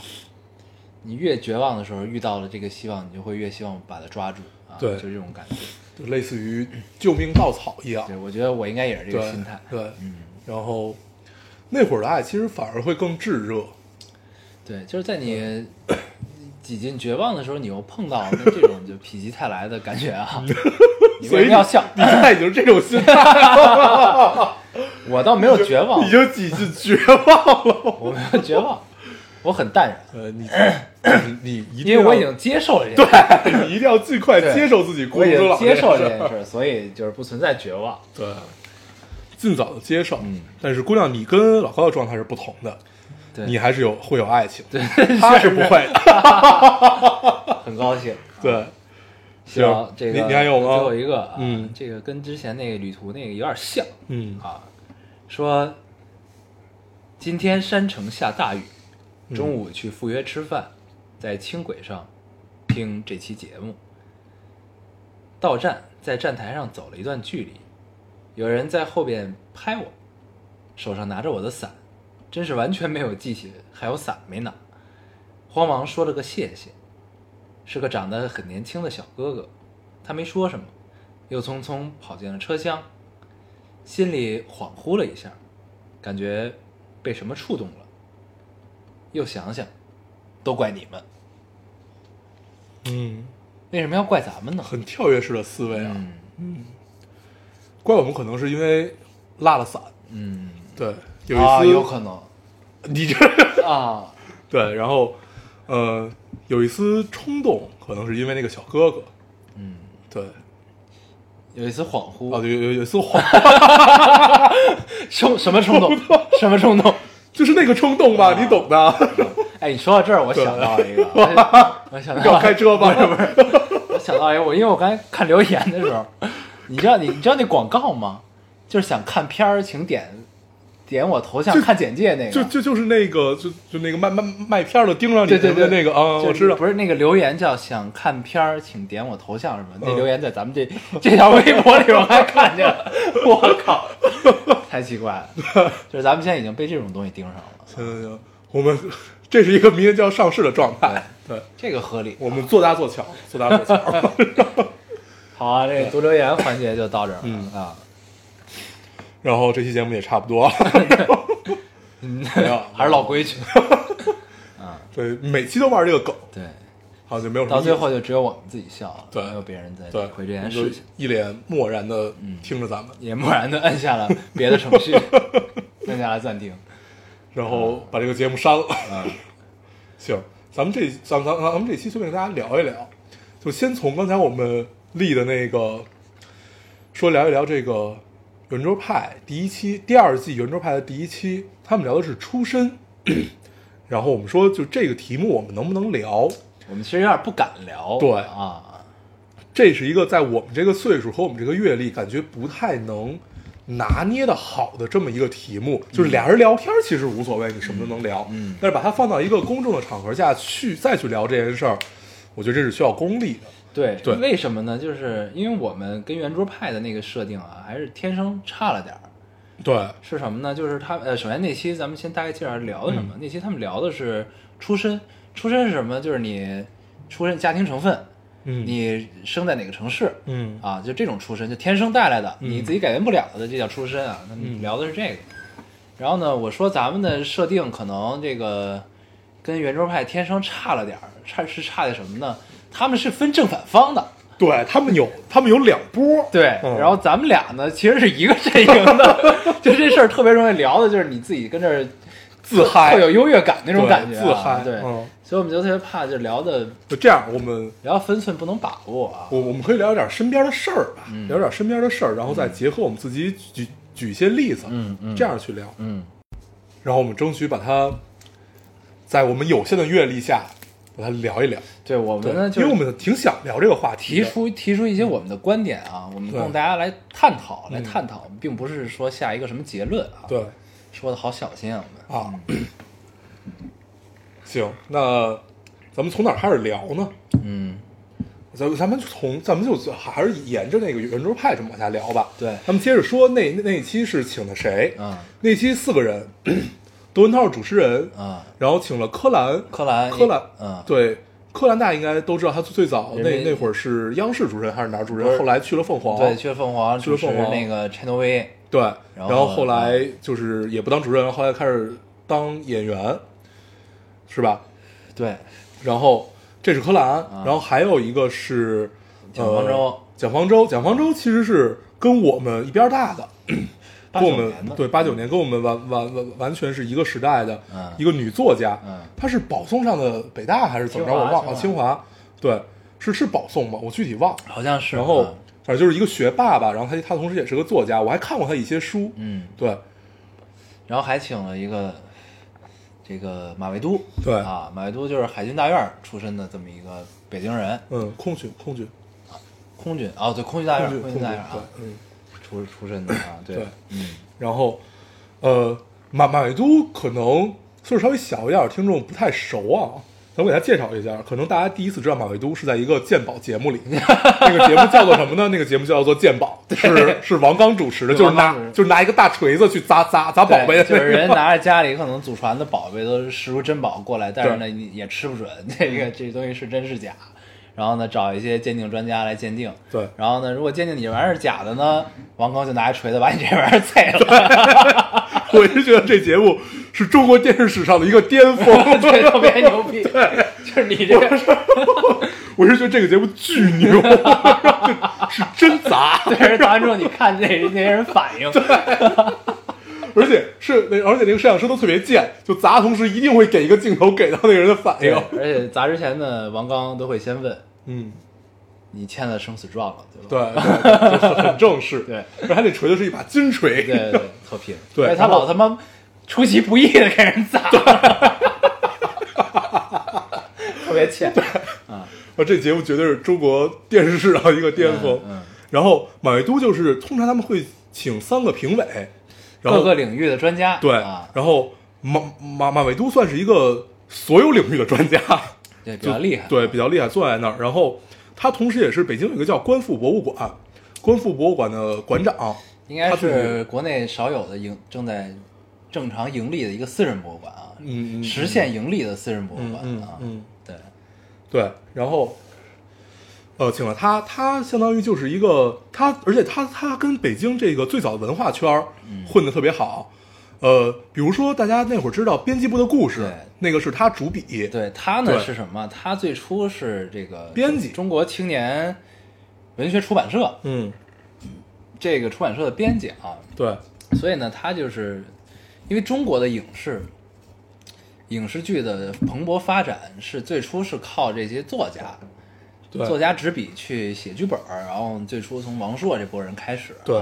Speaker 1: 你越绝望的时候遇到了这个希望，你就会越希望把它抓住啊，
Speaker 2: 对
Speaker 1: 就这种感觉。
Speaker 2: 就类似于救命稻草一样
Speaker 1: 对，，我觉得我应该也是这个
Speaker 2: 对
Speaker 1: 心态。
Speaker 2: 对，
Speaker 1: 嗯，
Speaker 2: 然后那会儿的爱其实反而会更炙热，
Speaker 1: 对，就是在你 [coughs] 几近绝望的时候，你又碰到那这种就否极泰来的感觉
Speaker 2: [laughs]
Speaker 1: 啊，你为
Speaker 2: 所
Speaker 1: 什
Speaker 2: 以
Speaker 1: 么要笑？
Speaker 2: 你现在已经这种心
Speaker 1: [laughs]
Speaker 2: 态了，
Speaker 1: 我倒没有绝望
Speaker 2: 已，经几近绝
Speaker 1: [laughs]
Speaker 2: 望了。
Speaker 1: 我没有绝望，我很淡然，
Speaker 2: 呃，你你你一定
Speaker 1: 因
Speaker 2: 要
Speaker 1: 为我已经接受了这件事，
Speaker 2: 对， [laughs] 你一定要尽快
Speaker 1: 对
Speaker 2: 接受自己孤
Speaker 1: 我
Speaker 2: 独
Speaker 1: 已
Speaker 2: 终
Speaker 1: 经
Speaker 2: 老
Speaker 1: 接受了
Speaker 2: 这
Speaker 1: 这
Speaker 2: 件事
Speaker 1: 件事，所以就是不存在绝望。
Speaker 2: 对，尽早的接受。
Speaker 1: 嗯
Speaker 2: 但是姑娘，你跟老高的状态是不同的，
Speaker 1: 对，
Speaker 2: 你还是有会有爱情，对，他是不会
Speaker 1: [laughs]
Speaker 2: 的。
Speaker 1: 很高兴，
Speaker 2: 对，
Speaker 1: 希望
Speaker 2: 行
Speaker 1: 这
Speaker 2: 你
Speaker 1: 个
Speaker 2: 你还有吗
Speaker 1: 最后一个啊，
Speaker 2: 嗯
Speaker 1: 这个跟之前那个旅途那个有点像
Speaker 2: 嗯
Speaker 1: 啊，说今天山城下大雨，中午去赴约吃饭，在轻轨上听这期节目。到站，在站台上走了一段距离，有人在后边拍我，手上拿着我的伞，真是完全没有记起还有伞没拿，慌忙说了个谢谢。是个长得很年轻的小哥哥，他没说什么，又匆匆跑进了车厢，心里恍惚了一下，感觉被什么触动了，又想想，都怪你们，
Speaker 2: 嗯，
Speaker 1: 为什么要怪咱们呢？
Speaker 2: 很跳跃式的思维啊。
Speaker 1: 嗯
Speaker 2: 怪我们可能是因为落了伞，
Speaker 1: 嗯，
Speaker 2: 对，有
Speaker 1: 啊，有
Speaker 2: 一次、
Speaker 1: 可能
Speaker 2: 你这 [laughs]
Speaker 1: 啊，
Speaker 2: 对，然后呃，有一丝冲动，可能是因为那个小哥哥，
Speaker 1: 嗯，
Speaker 2: 对，
Speaker 1: 有一次恍
Speaker 2: 哦，
Speaker 1: 惚，
Speaker 2: 有有有一丝慌， [laughs]
Speaker 1: 冲什么冲动？什么冲动？
Speaker 2: 就是那个冲动
Speaker 1: 啊
Speaker 2: 吧，你懂
Speaker 1: [laughs]
Speaker 2: 的，
Speaker 1: 哎，你说到这儿，我
Speaker 2: 对
Speaker 1: 想到了一个，我我
Speaker 2: [laughs]
Speaker 1: 想到
Speaker 2: 要开车吧，
Speaker 1: 啊不是不是， [laughs] 我想到一个，我因为我刚才看留言的时候， [laughs] 你知道你你知道那广告吗？就是想看片儿，请点点我头像
Speaker 2: 就
Speaker 1: 看简介那个，
Speaker 2: 就就就是那个就就那个卖卖卖片儿的盯上
Speaker 1: [laughs]
Speaker 2: 你
Speaker 1: 对对
Speaker 2: 什么的
Speaker 1: 对
Speaker 2: 那个啊，
Speaker 1: 就
Speaker 2: 我知道，
Speaker 1: 不是那个留言叫想看片儿，请点我头像什么？那留言在咱们这 [laughs] 这条微博里我还看见了， [laughs] 我靠，太奇怪了，就是咱们现在已经被这种东西盯上了，
Speaker 2: 行行行，我们这是一个明天就要上市的状态，对，
Speaker 1: 这个合理。
Speaker 2: 我们做大做强，做大做强，
Speaker 1: [laughs]
Speaker 2: [laughs]
Speaker 1: 好啊，这个读留言环节就到这儿了、
Speaker 2: 嗯
Speaker 1: 啊，
Speaker 2: 然后这期节目也差
Speaker 1: [laughs]
Speaker 2: 不多了，
Speaker 1: 嗯 [laughs]
Speaker 2: 没有
Speaker 1: 还是老规矩，
Speaker 2: 对，每期都玩这个梗，
Speaker 1: 对。
Speaker 2: 好像就没有什么
Speaker 1: 到最
Speaker 2: 意思
Speaker 1: 后就只有我们自己笑了，
Speaker 2: 对
Speaker 1: 没有别人在
Speaker 2: 对
Speaker 1: 回这件事情，，嗯
Speaker 2: 一脸漠然的听着咱们，
Speaker 1: 也默然的按下了别的程 [laughs] 序，按下了暂停。
Speaker 2: 然后把这个节目删了。
Speaker 1: 嗯，
Speaker 2: [laughs] 行，咱们这咱咱咱们这期就跟大家聊一聊，就先从刚才我们立的那个说聊一聊这个圆桌派第一期、第二季圆桌派的第一期，他们聊的是出身， [coughs] 然后我们说，就这个题目我们能不能聊？
Speaker 1: 我们其实有点不敢聊，
Speaker 2: 对
Speaker 1: 啊，
Speaker 2: 这是一个在我们这个岁数和我们这个阅历，感觉不太能拿捏的好的这么一个题目。就是俩人聊天其实无所谓，你什么都能聊。
Speaker 1: 嗯
Speaker 2: 但是把它放到一个公众的场合下去再去聊这件事儿，我觉得这是需要功力的。
Speaker 1: 对
Speaker 2: 对
Speaker 1: 为什么呢？就是因为我们跟圆桌派的那个设定啊，还是天生差了点儿。
Speaker 2: 对，
Speaker 1: 是什么呢？就是他呃，首先那期咱们先大概介绍聊的什么。
Speaker 2: 嗯
Speaker 1: 那期他们聊的是出身，出身是什么？就是你出身家庭成分，
Speaker 2: 嗯
Speaker 1: 你生在哪个城市，
Speaker 2: 嗯
Speaker 1: 啊，就这种出身，就天生带来的，
Speaker 2: 嗯
Speaker 1: 你自己改变不了的，这叫出身啊。那么
Speaker 2: 嗯
Speaker 1: 聊的是这个。然后呢，我说咱们的设定可能这个跟圆桌派天生差了点儿，差是差在什么呢？他们是分正反方的，
Speaker 2: 对他们有他们有两波，
Speaker 1: 对，
Speaker 2: 嗯
Speaker 1: 然后咱们俩呢，其实是一个阵营的， [laughs] 就这事儿特别容易聊的，就是你自己跟这儿
Speaker 2: 自嗨
Speaker 1: 特有优越感那种
Speaker 2: 对
Speaker 1: 感觉啊、
Speaker 2: 自嗨
Speaker 1: 对，
Speaker 2: 嗯
Speaker 1: 所以我们就特别怕，就聊的
Speaker 2: 就这样我们
Speaker 1: 聊分寸不能把握啊。
Speaker 2: 我我们可以聊一点身边的事儿吧，
Speaker 1: 嗯
Speaker 2: 聊点身边的事儿，然后再结合我们自己举举一些例子，
Speaker 1: 嗯嗯
Speaker 2: 这样去聊，
Speaker 1: 嗯，
Speaker 2: 然后我们争取把它在我们有限的阅历下把它聊一聊，
Speaker 1: 对，我们呢，就
Speaker 2: 因为
Speaker 1: 是
Speaker 2: 我们挺想聊这个话题
Speaker 1: 提
Speaker 2: 的，
Speaker 1: 出提出一些我们的观点啊，我们
Speaker 2: 对
Speaker 1: 供大家来探讨，来
Speaker 2: 嗯
Speaker 1: 探讨，并不是说下一个什么结论啊。，
Speaker 2: 对
Speaker 1: 说的好小心啊，我们
Speaker 2: 啊， [clears throat] 行，那咱们从哪儿开始聊呢？
Speaker 1: 嗯，
Speaker 2: 咱们咱们就从咱们就还是沿着那个圆桌派这么往下聊吧。
Speaker 1: 对
Speaker 2: 咱们接着说那那那期是请的谁？
Speaker 1: 嗯
Speaker 2: 那期四个人， [clears throat] 窦文涛是主持人，
Speaker 1: 啊，
Speaker 2: 然后请了柯蓝，
Speaker 1: 柯蓝，
Speaker 2: 柯蓝，
Speaker 1: 嗯，
Speaker 2: 对，柯蓝大家应该都知道，他最早
Speaker 1: 人
Speaker 2: 那
Speaker 1: 民
Speaker 2: 那会儿是央视主持人还是哪儿主持
Speaker 1: 不
Speaker 2: 人？
Speaker 1: 是
Speaker 2: 后来去了凤凰，
Speaker 1: 对，去了哦凤凰
Speaker 2: 去了
Speaker 1: 主持
Speaker 2: 凤凰
Speaker 1: 那个 Channel V，
Speaker 2: 对，
Speaker 1: 然
Speaker 2: 然
Speaker 1: 后
Speaker 2: 后后来就是也不当主持人，后来开始当演员，是吧？
Speaker 1: 对，
Speaker 2: 然后这是柯蓝，然后还有一个是
Speaker 1: 啊蒋方舟
Speaker 2: 呃蒋方舟，蒋方舟其实是跟我们一边大的，
Speaker 1: 八
Speaker 2: 跟我
Speaker 1: 九
Speaker 2: 们
Speaker 1: 年的，
Speaker 2: 对八九年跟我们完完完完全是一个时代的
Speaker 1: 嗯
Speaker 2: 一个女作家
Speaker 1: 嗯，
Speaker 2: 她是保送上的北大还是怎么着？
Speaker 1: 清
Speaker 2: 我
Speaker 1: 华
Speaker 2: 忘了，
Speaker 1: 清
Speaker 2: 清华，对，是是保送吗？我具体忘了。
Speaker 1: 好像是。
Speaker 2: 然后
Speaker 1: 嗯
Speaker 2: 反正就是一个学霸吧，然后她她同时也是个作家，我还看过她一些书，
Speaker 1: 嗯，
Speaker 2: 对
Speaker 1: 然后还请了一个这个马未都，
Speaker 2: 对
Speaker 1: 啊，马未都就是海军大院出身的这么一个北京人，
Speaker 2: 嗯，空军空军
Speaker 1: 空军哦，对，空军大
Speaker 2: 空
Speaker 1: 院，
Speaker 2: 军空
Speaker 1: 空
Speaker 2: 军，
Speaker 1: 军大
Speaker 2: 对
Speaker 1: 院啊，，
Speaker 2: 嗯，
Speaker 1: 出出身的啊，对
Speaker 2: 对， [laughs]
Speaker 1: 嗯，
Speaker 2: 然后呃马马未都可能岁数稍微小一点，听众不太熟啊。咱们给大家介绍一下，可能大家第一次知道马未都是在一个鉴宝节目里，那个节目叫做什么呢？那个节目叫做《鉴宝》，是是王刚主持的，
Speaker 1: 对
Speaker 2: 就
Speaker 1: 王
Speaker 2: 是
Speaker 1: 刚主持
Speaker 2: 拿就是拿一个大锤子去砸砸砸宝贝的那
Speaker 1: 对
Speaker 2: 个，
Speaker 1: 就是人 [laughs] 拿着家里可能祖传的宝贝都是视如珍宝过来，但是
Speaker 2: 对
Speaker 1: 呢你也吃不准 [laughs] 这个这东西是真是假，然后呢找一些鉴定专家来鉴定，
Speaker 2: 对
Speaker 1: 然后呢如果鉴定你这玩意儿是假的呢，王刚就拿一锤子把你这玩意儿碎了，
Speaker 2: 我是觉得这节目是中国电视史上的一个巅峰，
Speaker 1: [laughs] 对，特别牛逼，对，就是你这个，
Speaker 2: 我是觉得这个节目巨牛， [laughs] 是真砸， [laughs]
Speaker 1: 但是砸完之后你看那那些人反应，
Speaker 2: 而且是那而且那个摄像师都特别贱，就砸的同时一定会给一个镜头给到那个人的反
Speaker 1: 对
Speaker 2: 应，
Speaker 1: 而且砸之前呢，王刚都会先问
Speaker 2: 嗯，
Speaker 1: 你签了生死状了，对吧？
Speaker 2: 对，对就是很正式，
Speaker 1: 对，
Speaker 2: 而且他那锤子是一把金锤，
Speaker 1: 对对，特
Speaker 2: [laughs]
Speaker 1: 拼。
Speaker 2: 对
Speaker 1: 而且他
Speaker 2: 然后
Speaker 1: 老他妈出其不意的给人砸，
Speaker 2: [laughs]
Speaker 1: 特别欠。
Speaker 2: 啊，这节目绝对是中国电视史上一个巅峰。
Speaker 1: 嗯嗯
Speaker 2: 然后马未都就是通常他们会请三个评委，然后
Speaker 1: 各个领域的专家，
Speaker 2: 对，
Speaker 1: 啊，
Speaker 2: 然后马马马未都算是一个所有领域的专家，
Speaker 1: 对， [laughs] 比
Speaker 2: 就
Speaker 1: 较厉害，
Speaker 2: 对，比较厉害，坐在那儿。然后他同时也是北京有一个叫观复博物馆，观复博物馆的馆长，
Speaker 1: 应该
Speaker 2: 他自己
Speaker 1: 是国内少有的盈正在正常盈利的一个私人博物馆啊，
Speaker 2: 嗯嗯嗯
Speaker 1: 实现盈利的私人博物
Speaker 2: 嗯
Speaker 1: 馆
Speaker 2: 嗯
Speaker 1: 啊，
Speaker 2: 嗯，
Speaker 1: 对，
Speaker 2: 对，然后。呃，请了他，他相当于就是一个他，而且他他跟北京这个最早的文化圈儿
Speaker 1: 嗯
Speaker 2: 混得特别好。呃，比如说大家那会儿知道编辑部的故事
Speaker 1: 对，
Speaker 2: 那个是他主笔，
Speaker 1: 对他呢
Speaker 2: 对
Speaker 1: 是什么？他最初是这个
Speaker 2: 编辑
Speaker 1: 中国青年文学出版社
Speaker 2: 嗯，
Speaker 1: 这个出版社的编辑啊，
Speaker 2: 对，
Speaker 1: 所以呢，他就是因为中国的影视影视剧的蓬勃发展是最初是靠这些作家。
Speaker 2: 对
Speaker 1: 作家执笔去写剧本儿，然后最初从王朔这波人开始、啊，
Speaker 2: 对，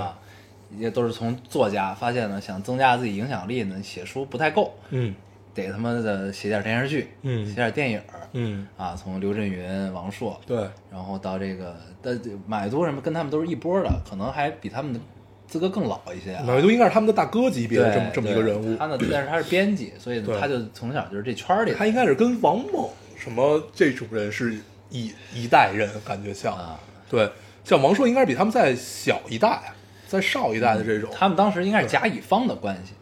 Speaker 1: 也都是从作家发现呢，想增加自己影响力呢，写书不太够，
Speaker 2: 嗯，
Speaker 1: 得他妈的写点电视剧，
Speaker 2: 嗯
Speaker 1: 写点电影儿，
Speaker 2: 嗯，
Speaker 1: 啊，从刘震云、王朔，
Speaker 2: 对，
Speaker 1: 然后到这个，但满族人跟他们都是一波的，可能还比他们的资格更老一些、啊。
Speaker 2: 马未都应该是他们的大哥级别的
Speaker 1: 对，
Speaker 2: 这么这么一个
Speaker 1: 对
Speaker 2: 人物
Speaker 1: 他，呢，但是他是编辑，所以呢
Speaker 2: 对
Speaker 1: 他就从小就是这圈儿里的。
Speaker 2: 他应该是跟王猛什么这种人是一一代人，感觉像，
Speaker 1: 啊，
Speaker 2: 对，像王朔应该是比他们再小一代，啊再少一代的这种，
Speaker 1: 嗯他们当时应该是甲乙方的关系，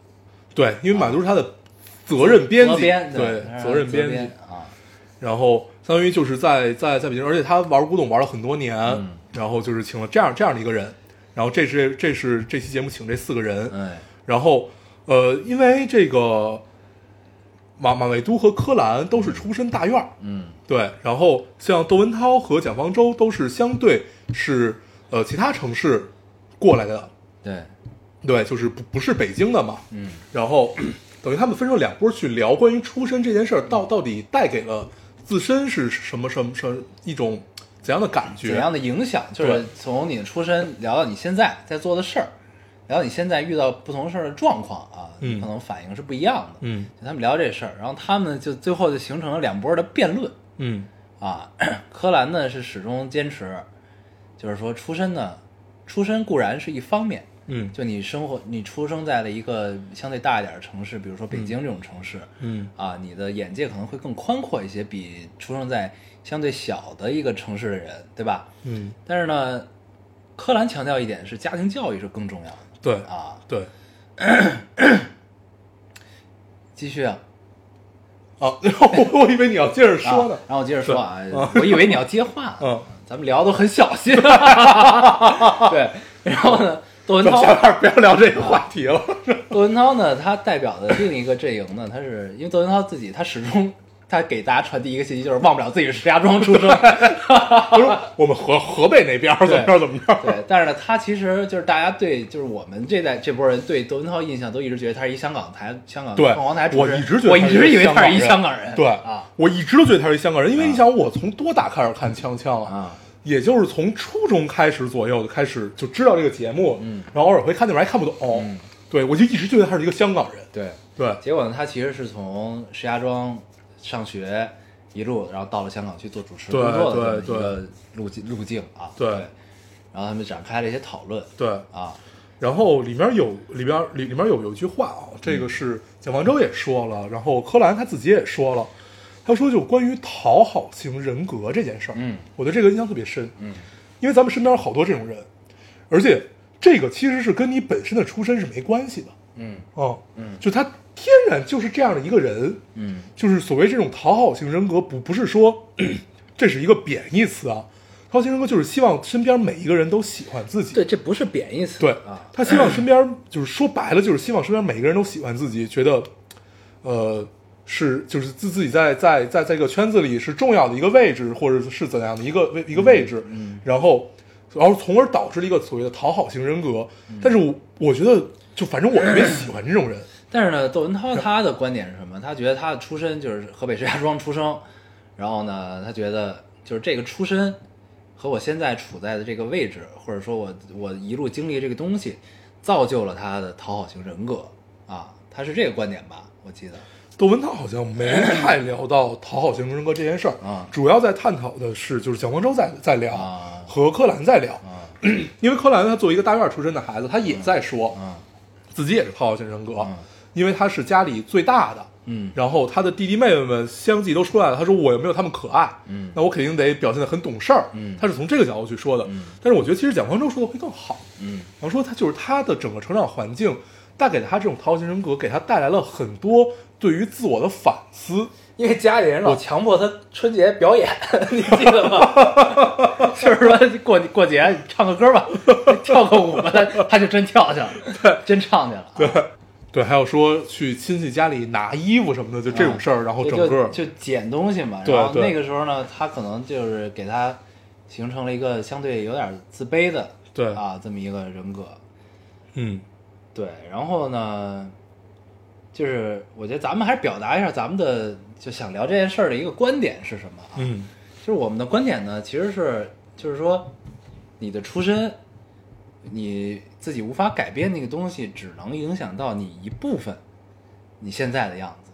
Speaker 2: 对，因为满都是他的责任编
Speaker 1: 责
Speaker 2: 辑，
Speaker 1: 编嗯
Speaker 2: 对，
Speaker 1: 责
Speaker 2: 责任编
Speaker 1: 编
Speaker 2: 辑，
Speaker 1: 啊，
Speaker 2: 然后相当于就是在在在北京，而且他玩古董玩了很多年，
Speaker 1: 嗯
Speaker 2: 然后就是请了这样这样的一个人，然后这是这是这期节目请这四个人，
Speaker 1: 嗯，
Speaker 2: 然后呃，因为这个马马未都和柯蓝都是出身大院儿，
Speaker 1: 嗯，
Speaker 2: 对，然后像窦文涛和蒋方舟都是相对是呃其他城市过来的，
Speaker 1: 对，
Speaker 2: 对，就是不不是北京的嘛，
Speaker 1: 嗯，
Speaker 2: 然后等于他们分成两波去聊关于出身这件事儿，到到底带给了自身是什么什么什么一种怎样的感觉？
Speaker 1: 怎样的影响？就
Speaker 2: 对
Speaker 1: 是从你的出身聊到你现在在做的事儿，聊到你现在遇到不同事儿的状况啊，
Speaker 2: 嗯
Speaker 1: 可能反应是不一样的。
Speaker 2: 嗯
Speaker 1: 就他们聊这事儿，然后他们就最后就形成了两波的辩论
Speaker 2: 嗯
Speaker 1: 啊。 [clears throat] 柯蓝呢是始终坚持，就是说出身呢，出身固然是一方面，
Speaker 2: 嗯
Speaker 1: 就你生活，你出生在了一个相对大一点的城市，比如说北京这种城市，
Speaker 2: 嗯
Speaker 1: 啊，你的眼界可能会更宽阔一些，比出生在相对小的一个城市的人，对吧？
Speaker 2: 嗯，
Speaker 1: 但是呢，柯蓝强调一点是家庭教育是更重要的
Speaker 2: 对
Speaker 1: 啊。
Speaker 2: 对
Speaker 1: 继续啊，
Speaker 2: 啊， [laughs] 我以为你要接着说呢
Speaker 1: 啊，然后我接着说啊，我以为你要接话，
Speaker 2: 嗯，
Speaker 1: 咱们聊的都很小
Speaker 2: [laughs]
Speaker 1: 心，对。然后呢，窦文
Speaker 2: 咱们
Speaker 1: 涛
Speaker 2: 下边不要聊这个话
Speaker 1: [laughs]
Speaker 2: 题了。
Speaker 1: 窦文涛呢，他代表的另一个阵营呢，他是因为窦文涛自己，他始终他给大家传递一个信息，就是忘不了自己是石家庄出生。
Speaker 2: [laughs] 我说我们河河北那边儿怎么着怎么着，
Speaker 1: [laughs] 对，但是呢，他其实就是大家对，就是我们这代这波人对窦文涛印象都一直觉得他是一香港台香港
Speaker 2: 对
Speaker 1: 凤凰台主
Speaker 2: 我
Speaker 1: 持人
Speaker 2: 一直觉得
Speaker 1: 我
Speaker 2: 他
Speaker 1: 一
Speaker 2: 是
Speaker 1: 直以为
Speaker 2: 香
Speaker 1: 他是一
Speaker 2: 港人
Speaker 1: 香港人，
Speaker 2: 对
Speaker 1: 啊，
Speaker 2: 我一直都觉得他是香港人，因为你想，我从多大开始看《锵锵》
Speaker 1: 啊？
Speaker 2: 也就是从初中开始左右就开始就知道这个节目，
Speaker 1: 嗯
Speaker 2: 然后偶尔会看那玩意儿还看不懂，对我就一直觉得他是一个香港人，
Speaker 1: 对。
Speaker 2: 对，
Speaker 1: 结果呢，他其实是从石家庄上学一路，然后到了香港去做主持
Speaker 2: 对
Speaker 1: 工作的
Speaker 2: 对
Speaker 1: 这么一个路径路径啊，
Speaker 2: 对
Speaker 1: 然后他们展开了一些讨论
Speaker 2: 对，
Speaker 1: 啊，
Speaker 2: 然后里面有里边里里面有有一句话啊，这个是蒋方舟也说了，然后柯蓝他自己也说了，他说就关于讨好型人格这件事儿，
Speaker 1: 嗯，
Speaker 2: 我对这个印象特别深，嗯，因为咱们身边好多这种人，而且这个其实是跟你本身的出身是没关系的，
Speaker 1: 嗯
Speaker 2: 哦，
Speaker 1: 嗯
Speaker 2: 就他天然就是这样的一个人，
Speaker 1: 嗯
Speaker 2: 就是所谓这种讨好型人格不，不是说 [clears throat] 这是一个贬义词啊，讨好型人格就是希望身边每一个人都喜欢自己，
Speaker 1: 对，这不是贬义词，
Speaker 2: 对
Speaker 1: 啊，
Speaker 2: 他希望身边就是说白了，就是希望身边每一个人都喜欢自己，觉得，呃，是就是自自己在在在在这个圈子里是重要的一个位置，或者是怎样的一个位
Speaker 1: 嗯
Speaker 2: 一个位置，然后然后从而导致了一个所谓的讨好型人格。
Speaker 1: 嗯
Speaker 2: 但是我我觉得，就反正我特别喜欢这种人，
Speaker 1: 但是呢，窦文涛他的观点是什么？他觉得他的出身就是河北石家庄出生，然后呢，他觉得就是这个出身和我现在处在的这个位置，或者说我我一路经历这个东西，造就了他的讨好型人格啊，他是这个观点吧？我记得，
Speaker 2: 窦文涛好像没太聊到讨好型人格这件事儿
Speaker 1: 啊
Speaker 2: 主要在探讨的是就是蒋方舟在在聊、
Speaker 1: 啊
Speaker 2: 和柯蓝在聊， [clears throat] 因为柯蓝他作为一个大院出身的孩子，他也在说，
Speaker 1: 嗯
Speaker 2: 自己也是讨好型人格，
Speaker 1: 嗯
Speaker 2: 因为他是家里最大的，
Speaker 1: 嗯
Speaker 2: 然后他的弟弟妹妹们相继都出来了，他说我也没有他们可爱，
Speaker 1: 嗯
Speaker 2: 那我肯定得表现得很懂事儿，
Speaker 1: 嗯
Speaker 2: 他是从这个角度去说的，
Speaker 1: 嗯
Speaker 2: 但是我觉得其实蒋方舟说的会更好，
Speaker 1: 嗯
Speaker 2: 然后说他就是他的整个成长环境带给他这种讨好型人格，给他带来了很多对于自我的反思。
Speaker 1: 因为家里人老强迫他春节表演，你记得吗？ [laughs] 就是说过过节唱个歌吧，跳个舞吧，他他就真跳去了， [laughs] 真唱去了啊。
Speaker 2: 对，还有说去亲戚家里拿衣服什么的，就这种事儿，然后
Speaker 1: 啊就
Speaker 2: 整个
Speaker 1: 就就捡东西嘛。
Speaker 2: 对
Speaker 1: 然后
Speaker 2: 对
Speaker 1: 那个时候呢，他可能就是给他形成了一个相对有点自卑的
Speaker 2: 对
Speaker 1: 啊这么一个人格。
Speaker 2: 嗯，
Speaker 1: 对，然后呢，就是我觉得咱们还是表达一下咱们的就想聊这件事儿的一个观点是什么啊？
Speaker 2: 嗯
Speaker 1: 就是我们的观点呢，其实是就是说你的出身。你自己无法改变那个东西，只能影响到你一部分，你现在的样子。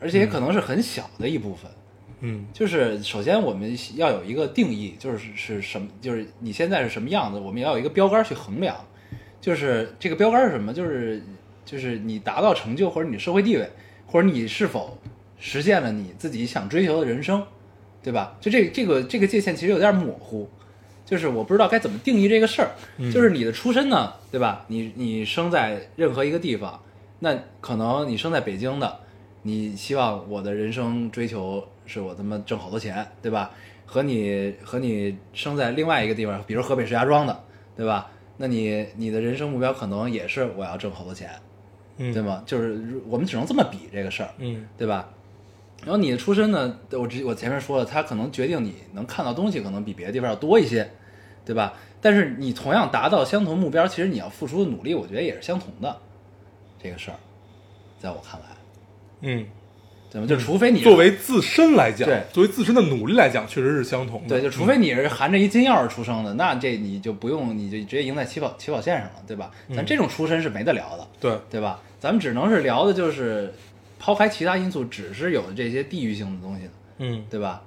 Speaker 1: 而且也可能是很小的一部分。
Speaker 2: 嗯
Speaker 1: 就是首先我们要有一个定义，就是是什么，就是你现在是什么样子，我们要有一个标杆去衡量。就是这个标杆是什么？就是就是你达到成就或者你社会地位，或者你是否实现了你自己想追求的人生，对吧？就这这个这个界限其实有点模糊，就是我不知道该怎么定义这个事儿。就是你的出身呢，对吧？你你生在任何一个地方，那可能你生在北京的，你希望我的人生追求是我他妈挣好多钱，对吧？和你和你生在另外一个地方，比如河北石家庄的，对吧？那你你的人生目标可能也是我要挣好多钱，
Speaker 2: 嗯，
Speaker 1: 对？吗？就是如我们只能这么比这个事儿，
Speaker 2: 嗯
Speaker 1: 对吧？然后你的出身呢，我之我前面说了，它可能决定你能看到东西，可能比别的地方要多一些，对吧？但是你同样达到相同目标，其实你要付出的努力，我觉得也是相同的，这个事儿，在我看来，
Speaker 2: 嗯，
Speaker 1: 对吗？就除非你
Speaker 2: 作为自身来讲
Speaker 1: 对，
Speaker 2: 作为自身的努力来讲，确实是相同的。
Speaker 1: 对，就除非你是含着一金钥匙出生的，那这你就不用，你就直接赢在起跑起跑线上了，对吧？咱这种出身是没得聊的，
Speaker 2: 对，
Speaker 1: 对吧？咱们只能是聊的就是抛开其他因素，只是有这些地域性的东西，
Speaker 2: 嗯
Speaker 1: 对吧？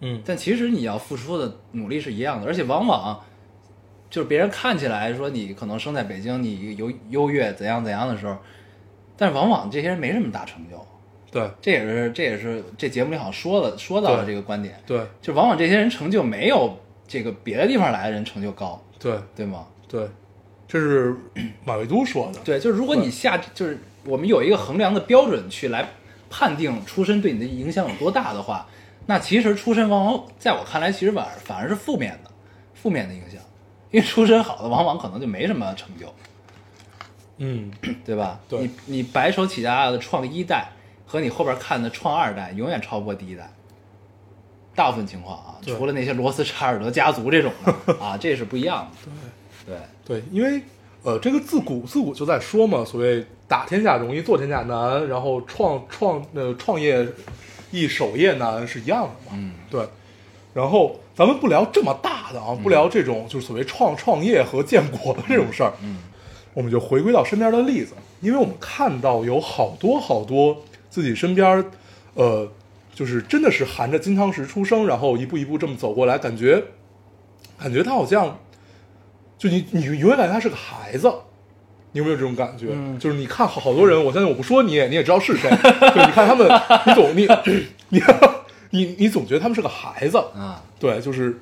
Speaker 2: 嗯
Speaker 1: 但其实你要付出的努力是一样的，而且往往就是别人看起来说你可能生在北京，你优优越怎样怎样的时候，但是往往这些人没什么大成就。
Speaker 2: 对
Speaker 1: 这也是这也是这节目里好像说了说到了这
Speaker 2: 对
Speaker 1: 个观点，
Speaker 2: 对
Speaker 1: 就往往这些人成就没有这个别的地方来的人成就高，
Speaker 2: 对
Speaker 1: 对吗？
Speaker 2: 对，这是马未都说的。
Speaker 1: 对，就是如果你下就是我们有一个衡量的标准去来判定出身对你的影响有多大的话，那其实出身往往在我看来，其实反而反而是负面的，负面的影响，因为出身好的往往可能就没什么成就，
Speaker 2: 嗯，
Speaker 1: 对吧？
Speaker 2: 对
Speaker 1: 你你白手起家的创一代和你后边看的创二代，永远超不过第一代。大部分情况啊，
Speaker 2: 对
Speaker 1: 除了那些罗斯查尔德家族这种
Speaker 2: [laughs]
Speaker 1: 的啊，这是不一样的。对，
Speaker 2: 对，因为呃，这个自古自古就在说嘛，所谓打天下容易做天下难，然后创创呃创业易守业难是一样的嘛。
Speaker 1: 嗯，
Speaker 2: 对。然后咱们不聊这么大的啊，不聊这种就是所谓创创业和建国的这种事儿，嗯，我们就回归到身边的例子，因为我们看到有好多好多自己身边，呃，就是真的是含着金汤匙出生，然后一步一步这么走过来，感觉感觉他好像，就你你永远感觉他是个孩子。你有没有这种感觉？
Speaker 1: 嗯
Speaker 2: 就是你看好好多人，我相信我不说你也你也知道是谁。对，你看他们，你总你你你你总觉得他们是个孩子，
Speaker 1: 啊，
Speaker 2: 对，就是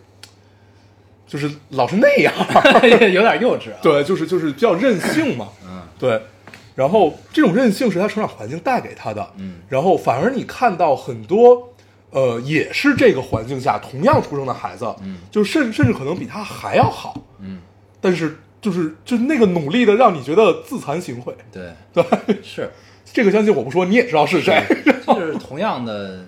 Speaker 2: 就是老是那样，
Speaker 1: [laughs] 有点幼稚啊。
Speaker 2: 对，就是就是比较任性嘛，
Speaker 1: 嗯，
Speaker 2: 对。然后这种任性是他成长环境带给他的，
Speaker 1: 嗯
Speaker 2: 然后反而你看到很多，呃，也是这个环境下同样出生的孩子，
Speaker 1: 嗯
Speaker 2: 就甚甚至可能比他还要好，
Speaker 1: 嗯。
Speaker 2: 但是就是就那个努力的让你觉得自惭形秽，
Speaker 1: 对，
Speaker 2: 对，
Speaker 1: 是，
Speaker 2: 这个相信我不说你也知道是谁， [laughs]
Speaker 1: [laughs] 就是同样的，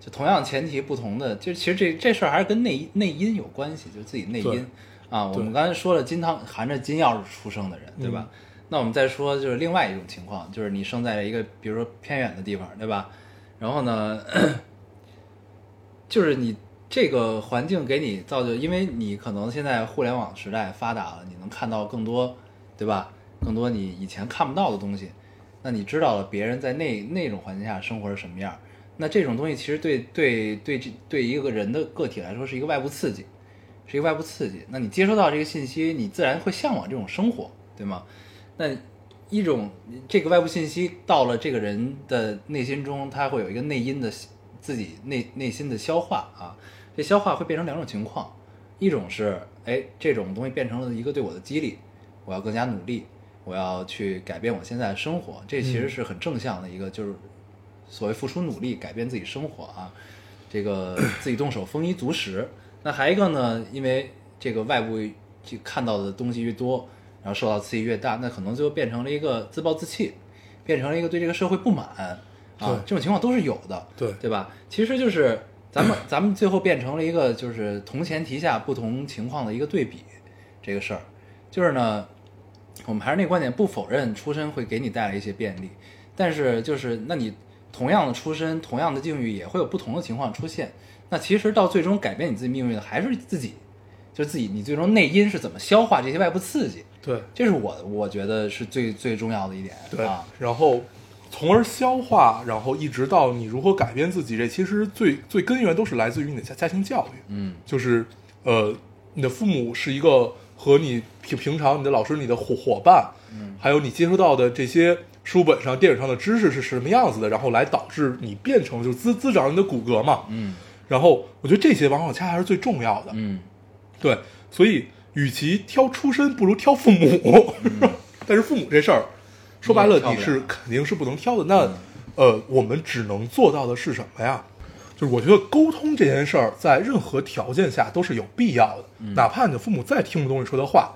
Speaker 1: 就同样前提不同的，就其实这这事儿还是跟内内因有关系，就是自己内
Speaker 2: 对
Speaker 1: 因啊。我
Speaker 2: 对嗯
Speaker 1: 们刚才说了金汤含着金钥匙出生的人，对吧？那我们再说就是另外一种情况，就是你生在一个比如说偏远的地方，对吧？然后呢， [coughs] 就是你这个环境给你造就，因为你可能现在互联网时代发达了，你能看到更多，对吧？更多你以前看不到的东西，那你知道了别人在那那种环境下生活是什么样儿，那这种东西其实对对对这对一个人的个体来说是一个外部刺激，是一个外部刺激。那你接收到这个信息，你自然会向往这种生活，对吗？那一种这个外部信息到了这个人的内心中，他会有一个内因的自己内内心的消化啊，这消化会变成两种情况，一种是哎这种东西变成了一个对我的激励，我要更加努力，我要去改变我现在的生活，这其实是很正向的一个，就是所谓付出努力改变自己生活啊，这个自己动手丰衣足食。那还一个呢，因为这个外部就看到的东西越多，然后受到刺激越大，那可能就变成了一个自暴自弃，变成了一个对这个社会不满啊，
Speaker 2: 对
Speaker 1: 这种情况都是有的，
Speaker 2: 对
Speaker 1: 对吧？其实就是咱们咱们最后变成了一个就是同前提下不同情况的一个对比，这个事儿，就是呢，我们还是那观点，不否认出身会给你带来一些便利，但是就是那你同样的出身、同样的境遇，也会有不同的情况出现。那其实到最终改变你自己命运的还是自己，就是自己，你最终内因是怎么消化这些外部刺激，
Speaker 2: 对
Speaker 1: 这是我我觉得是最最重要的一点。
Speaker 2: 对
Speaker 1: 啊，，
Speaker 2: 然后从而消化，然后一直到你如何改变自己，这其实最最根源都是来自于你的家家庭教育。
Speaker 1: 嗯
Speaker 2: 就是呃，你的父母是一个和你平平常你的老师、你的伙伙伴，
Speaker 1: 嗯，
Speaker 2: 还有你接收到的这些书本上、电影上的知识是什么样子的，然后来导致你变成就滋滋长你的骨骼嘛。
Speaker 1: 嗯
Speaker 2: 然后我觉得这些往往恰恰是最重要的。
Speaker 1: 嗯，
Speaker 2: 对，所以与其挑出身，不如挑父母。 [laughs] 但是父母这事儿，说白了
Speaker 1: 嗯你也挑不了嗯
Speaker 2: 你是肯定是不能挑的。那、呃，我们只能做到的是什么呀？就是我觉得沟通这件事儿，在任何条件下都是有必要的，
Speaker 1: 嗯
Speaker 2: 哪怕你的父母再听不懂你说的话，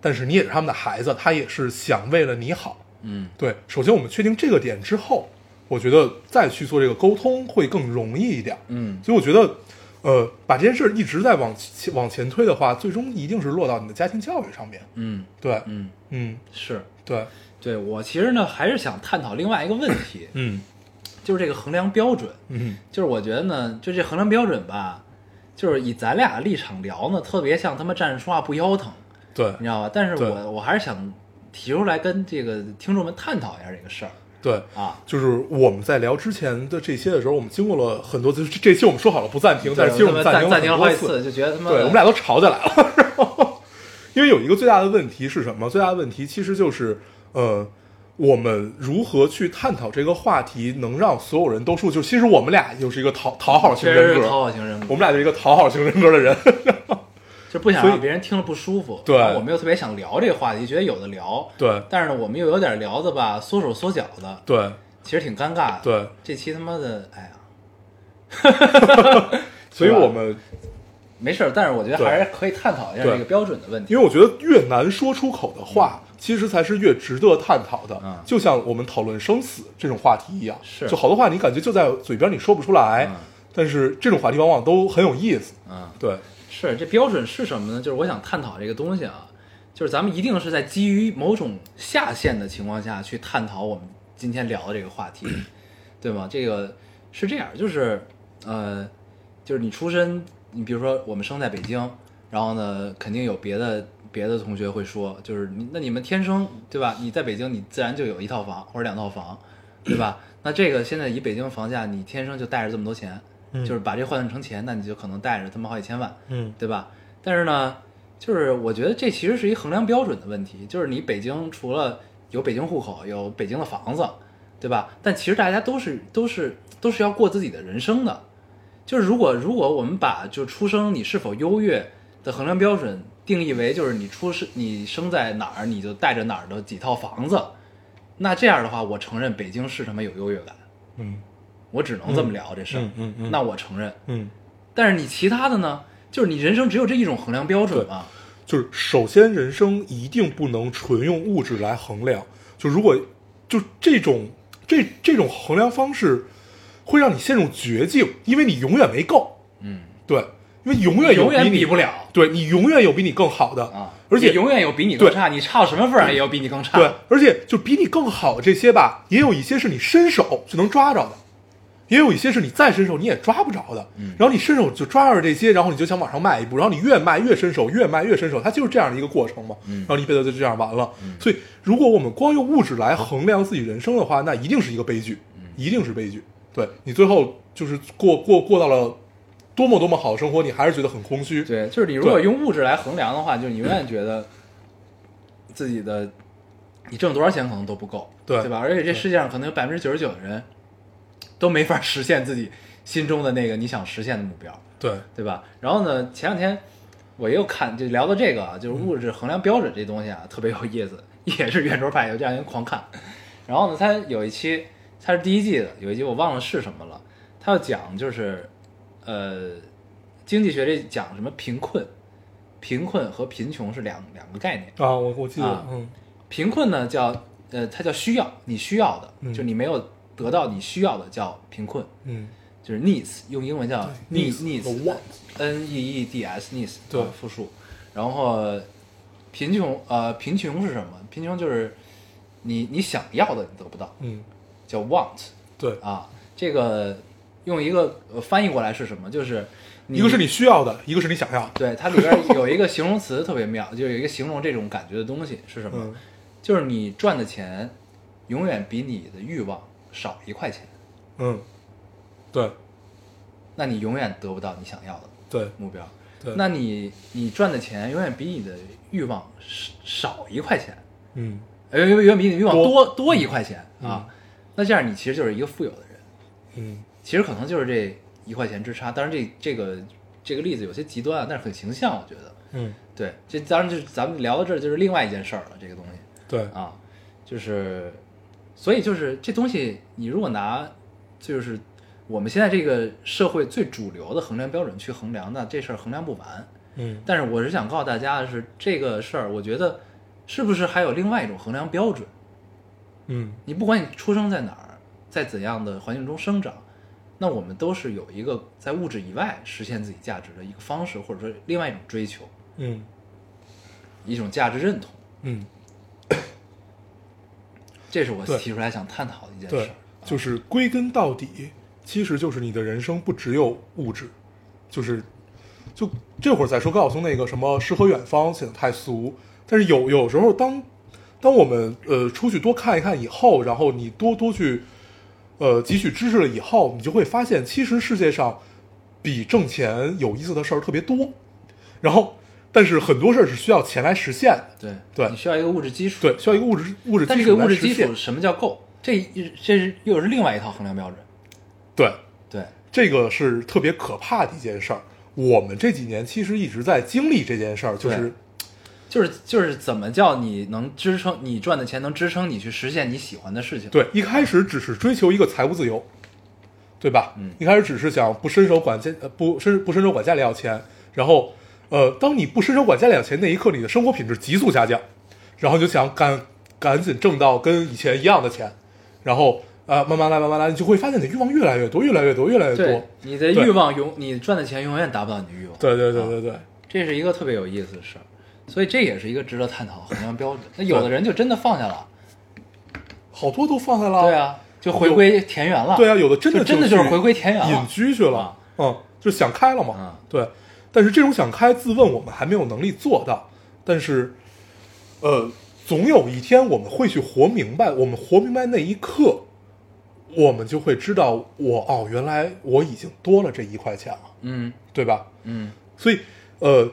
Speaker 2: 但是你也是他们的孩子，他也是想为了你好。
Speaker 1: 嗯
Speaker 2: 对，首先我们确定这个点之后，我觉得再去做这个沟通会更容易一点。
Speaker 1: 嗯
Speaker 2: 所以我觉得，呃，把这件事儿一直在往前往前推的话，最终一定是落到你的家庭教育上面。
Speaker 1: 嗯
Speaker 2: 对，
Speaker 1: 嗯，
Speaker 2: 嗯，
Speaker 1: 是
Speaker 2: 对，
Speaker 1: 对我其实呢还是想探讨另外一个问题，
Speaker 2: 嗯
Speaker 1: 就是这个衡量标准。
Speaker 2: 嗯
Speaker 1: 就是我觉得呢，就这衡量标准吧，就是以咱俩立场聊呢，特别像他妈站着说话不腰疼，
Speaker 2: 对
Speaker 1: 你知道吧？但是
Speaker 2: 对
Speaker 1: 我我还是想提出来跟这个听众们探讨一下这个事儿
Speaker 2: 对，
Speaker 1: 啊。
Speaker 2: 就是我们在聊之前的这些的时候，我们经过了很多次，这这期我们说好了不暂停，但是其实
Speaker 1: 我
Speaker 2: 我
Speaker 1: 们
Speaker 2: 们
Speaker 1: 暂
Speaker 2: 停
Speaker 1: 暂停
Speaker 2: 了
Speaker 1: 了好
Speaker 2: 很
Speaker 1: 几
Speaker 2: 多
Speaker 1: 次，就觉得他妈
Speaker 2: 对，我们俩都吵起来了。 [laughs] 然后因为有一个最大的问题是什么？最大的问题其实就是，呃，我们如何去探讨这个话题，能让所有人都说，就其实我们俩又是一个讨讨好型
Speaker 1: 确
Speaker 2: 人
Speaker 1: 实
Speaker 2: 格，
Speaker 1: 是讨好型人格
Speaker 2: 我，们俩就是一个讨好型人格的
Speaker 1: [laughs]
Speaker 2: 人。
Speaker 1: 就不想
Speaker 2: 所以
Speaker 1: 让别人听了不舒服。
Speaker 2: 对
Speaker 1: 然后我们又特别想聊这个话题，觉得有的聊，
Speaker 2: 对
Speaker 1: 但是呢，我们又有点聊的吧，缩手缩脚的，
Speaker 2: 对
Speaker 1: 其实挺尴尬的。，
Speaker 2: 对，
Speaker 1: 这期他妈的，哎呀，
Speaker 2: 所以
Speaker 1: 是吧
Speaker 2: 我们
Speaker 1: 没事儿，但是我觉得
Speaker 2: 对
Speaker 1: 还是可以探讨一下
Speaker 2: 对
Speaker 1: 这个标准的问题。
Speaker 2: 因为我觉得越难说出口的话，其实才是越值得探讨的。
Speaker 1: 嗯
Speaker 2: 就像我们讨论生死这种话题一样，
Speaker 1: 是
Speaker 2: 就好多话你感觉就在嘴边，你说不出来，
Speaker 1: 嗯
Speaker 2: 但是这种话题往往都很有意思。
Speaker 1: 啊，
Speaker 2: 对，
Speaker 1: 是这标准是什么呢？就是我想探讨这个东西啊，就是咱们一定是在基于某种下限的情况下去探讨我们今天聊的这个话题，对吗？这个是这样，就是呃，就是你出身，你比如说我们生在北京，然后呢，肯定有别的别的同学会说，就是你那你们天生对吧？你在北京，你自然就有一套房或者两套房，对吧？那这个现在以北京房价，你天生就带着这么多钱，
Speaker 2: 嗯
Speaker 1: 就是把这换算成钱，那你就可能带着他妈好几千万，
Speaker 2: 嗯
Speaker 1: 对吧？但是呢，就是我觉得这其实是一衡量标准的问题，就是你北京除了有北京户口，有北京的房子，对吧？但其实大家都是都是都是要过自己的人生的，就是如果如果我们把就出生你是否优越的衡量标准定义为就是你出生你生在哪儿你就带着哪儿的几套房子，那这样的话，我承认北京是他妈有优越感，
Speaker 2: 嗯
Speaker 1: 我只能这么聊这事儿、
Speaker 2: 嗯嗯嗯
Speaker 1: 那我承认，
Speaker 2: 嗯，
Speaker 1: 但是你其他的呢？就是你人生只有这一种衡量标准嘛？
Speaker 2: 就是首先人生一定不能纯用物质来衡量，就如果就这种这这种衡量方式会让你陷入绝境，因为你永远没够。
Speaker 1: 嗯，
Speaker 2: 对，因为永远有
Speaker 1: 永远
Speaker 2: 比你
Speaker 1: 比不了
Speaker 2: 对你永远有比你更好的
Speaker 1: 啊！
Speaker 2: 而且
Speaker 1: 也永远有比你更差，你差到什么份儿上也有比你更差。
Speaker 2: 对，而且就比你更好这些吧，也有一些是你伸手就能抓着的，也有一些是你再伸手你也抓不着的。
Speaker 1: 嗯
Speaker 2: 然后你伸手就抓着这些，然后你就想往上迈一步，然后你越迈越伸手，越迈越伸手，它就是这样的一个过程嘛。
Speaker 1: 嗯
Speaker 2: 然后你一辈子就这样完了。所以，如果我们光用物质来衡量自己人生的话，那一定是一个悲剧，一定是悲剧。对你最后就是过过过到了多么多么好的生活，你还是觉得很空虚。
Speaker 1: 对，就是你如果
Speaker 2: 对
Speaker 1: 用物质来衡量的话，就是你永远觉得自己的你挣多少钱可能都不够，
Speaker 2: 对
Speaker 1: 对吧？而且这世界上可能有百分之九十九的人都没法实现自己心中的那个你想实现的目标，
Speaker 2: 对，
Speaker 1: 对吧？然后呢，前两天我又看就聊到这个啊，就是物质衡量标准这东西啊，特别有意思， [laughs] 也是圆桌派有这样一个狂看。然后呢，他有一期，他是第一季的，有一集我忘了是什么了，他要讲就是，呃，经济学这讲什么贫困，贫困和贫穷是两两个概念。
Speaker 2: 啊，我我记得，
Speaker 1: 啊
Speaker 2: 嗯
Speaker 1: 贫困呢叫呃，它叫需要，你需要的，
Speaker 2: 嗯
Speaker 1: 就你没有得到你需要的叫贫困，
Speaker 2: 嗯
Speaker 1: 就是 needs，用英文叫 needs
Speaker 2: Needs，
Speaker 1: needs
Speaker 2: want
Speaker 1: n e e d s needs
Speaker 2: 对
Speaker 1: 啊复数，然后贫穷呃贫穷是什么？贫穷就是你你想要的你得不到，
Speaker 2: 嗯，
Speaker 1: 叫 want
Speaker 2: 对，
Speaker 1: 啊，这个用一个呃翻译过来是什么？就是
Speaker 2: 一个是你需要的，一个是你想要的。
Speaker 1: 对它里边有一个形容词特别妙，就有一个形容这种感觉的东西是什么？
Speaker 2: 嗯
Speaker 1: 就是你赚的钱永远比你的欲望少一块钱，
Speaker 2: 嗯，对
Speaker 1: 那你永远得不到你想要的
Speaker 2: 对
Speaker 1: 目标。
Speaker 2: 对，
Speaker 1: 那你你赚的钱永远比你的欲望少少一块钱，
Speaker 2: 嗯
Speaker 1: 呃，永远比你的欲望
Speaker 2: 多
Speaker 1: 多多一块钱啊。那这样你其实就是一个富有的人。
Speaker 2: 嗯
Speaker 1: 其实可能就是这一块钱之差。当然这，这个这个例子有些极端啊，但是很形象，我觉得。
Speaker 2: 嗯，
Speaker 1: 对，这当然就是咱们聊到这儿就是另外一件事儿了，这个东西
Speaker 2: 对
Speaker 1: 啊，就是，所以就是这东西，你如果拿就是我们现在这个社会最主流的衡量标准去衡量，那这事儿衡量不完。
Speaker 2: 嗯
Speaker 1: 但是我是想告诉大家的是，这个事儿，我觉得是不是还有另外一种衡量标准？
Speaker 2: 嗯
Speaker 1: 你不管你出生在哪儿，在怎样的环境中生长，那我们都是有一个在物质以外实现自己价值的一个方式，或者说另外一种追求，
Speaker 2: 嗯
Speaker 1: 一种价值认同。
Speaker 2: 嗯，
Speaker 1: 这是我
Speaker 2: 对
Speaker 1: 提出来想探讨的一件事
Speaker 2: 对
Speaker 1: 儿。，
Speaker 2: 就是归根到底，其实就是你的人生不只有物质，就是就这会儿再说高晓松那个什么诗和远方显得太俗，但是有有时候当当我们呃出去多看一看以后，然后你多多去呃汲取知识了以后，你就会发现，其实世界上比挣钱有意思的事儿特别多，然后但是很多事儿是需要钱来实现的，
Speaker 1: 对
Speaker 2: 对
Speaker 1: 你需要一个物质基础。
Speaker 2: 对，需要一个物质物质
Speaker 1: 但
Speaker 2: 基
Speaker 1: 这个
Speaker 2: 础
Speaker 1: 物
Speaker 2: 来
Speaker 1: 质基
Speaker 2: 实
Speaker 1: 础
Speaker 2: 现，
Speaker 1: 什么叫够？这这是又是另外一套衡量标准。
Speaker 2: 对。
Speaker 1: 对，
Speaker 2: 这个是特别可怕的一件事儿。我们这几年其实一直在经历这件事儿，就是
Speaker 1: 就是就是怎么叫你能支撑你赚的钱能支撑你去实现你喜欢的事情？，
Speaker 2: 对一开始只是追求一个财务自由，对吧？
Speaker 1: 嗯
Speaker 2: 一开始只是想不伸手管家，呃不伸不伸手管家里要钱，然后呃，当你不伸手管家里要钱那一刻，你的生活品质急速下降，然后你就想赶赶紧挣到跟以前一样的钱，然后啊、呃慢慢来，慢慢来，你就会发现你的欲望越来越多，越来越多，越来越多
Speaker 1: 对。，你的
Speaker 2: 对
Speaker 1: 欲望永你赚的钱永远达不到你的欲望。
Speaker 2: 对对对
Speaker 1: 啊
Speaker 2: 对对，
Speaker 1: 这是一个特别有意思的事儿，所以这也是一个值得探讨的衡量标准。那有的人就真的放下了，
Speaker 2: 好多都放下了。
Speaker 1: 对啊，就回归田园了。
Speaker 2: 对啊，有的真的
Speaker 1: 就真的
Speaker 2: 就
Speaker 1: 就是
Speaker 2: 去
Speaker 1: 回归田园了
Speaker 2: 隐居去了
Speaker 1: 啊，
Speaker 2: 嗯，就想开了嘛，
Speaker 1: 嗯
Speaker 2: 对。但是这种想开，自问我们还没有能力做到，但是，呃，总有一天我们会去活明白，我们活明白那一刻，我们就会知道我，哦，原来我已经多了这一块钱了，
Speaker 1: 嗯
Speaker 2: 对吧？
Speaker 1: 嗯，
Speaker 2: 所以，呃，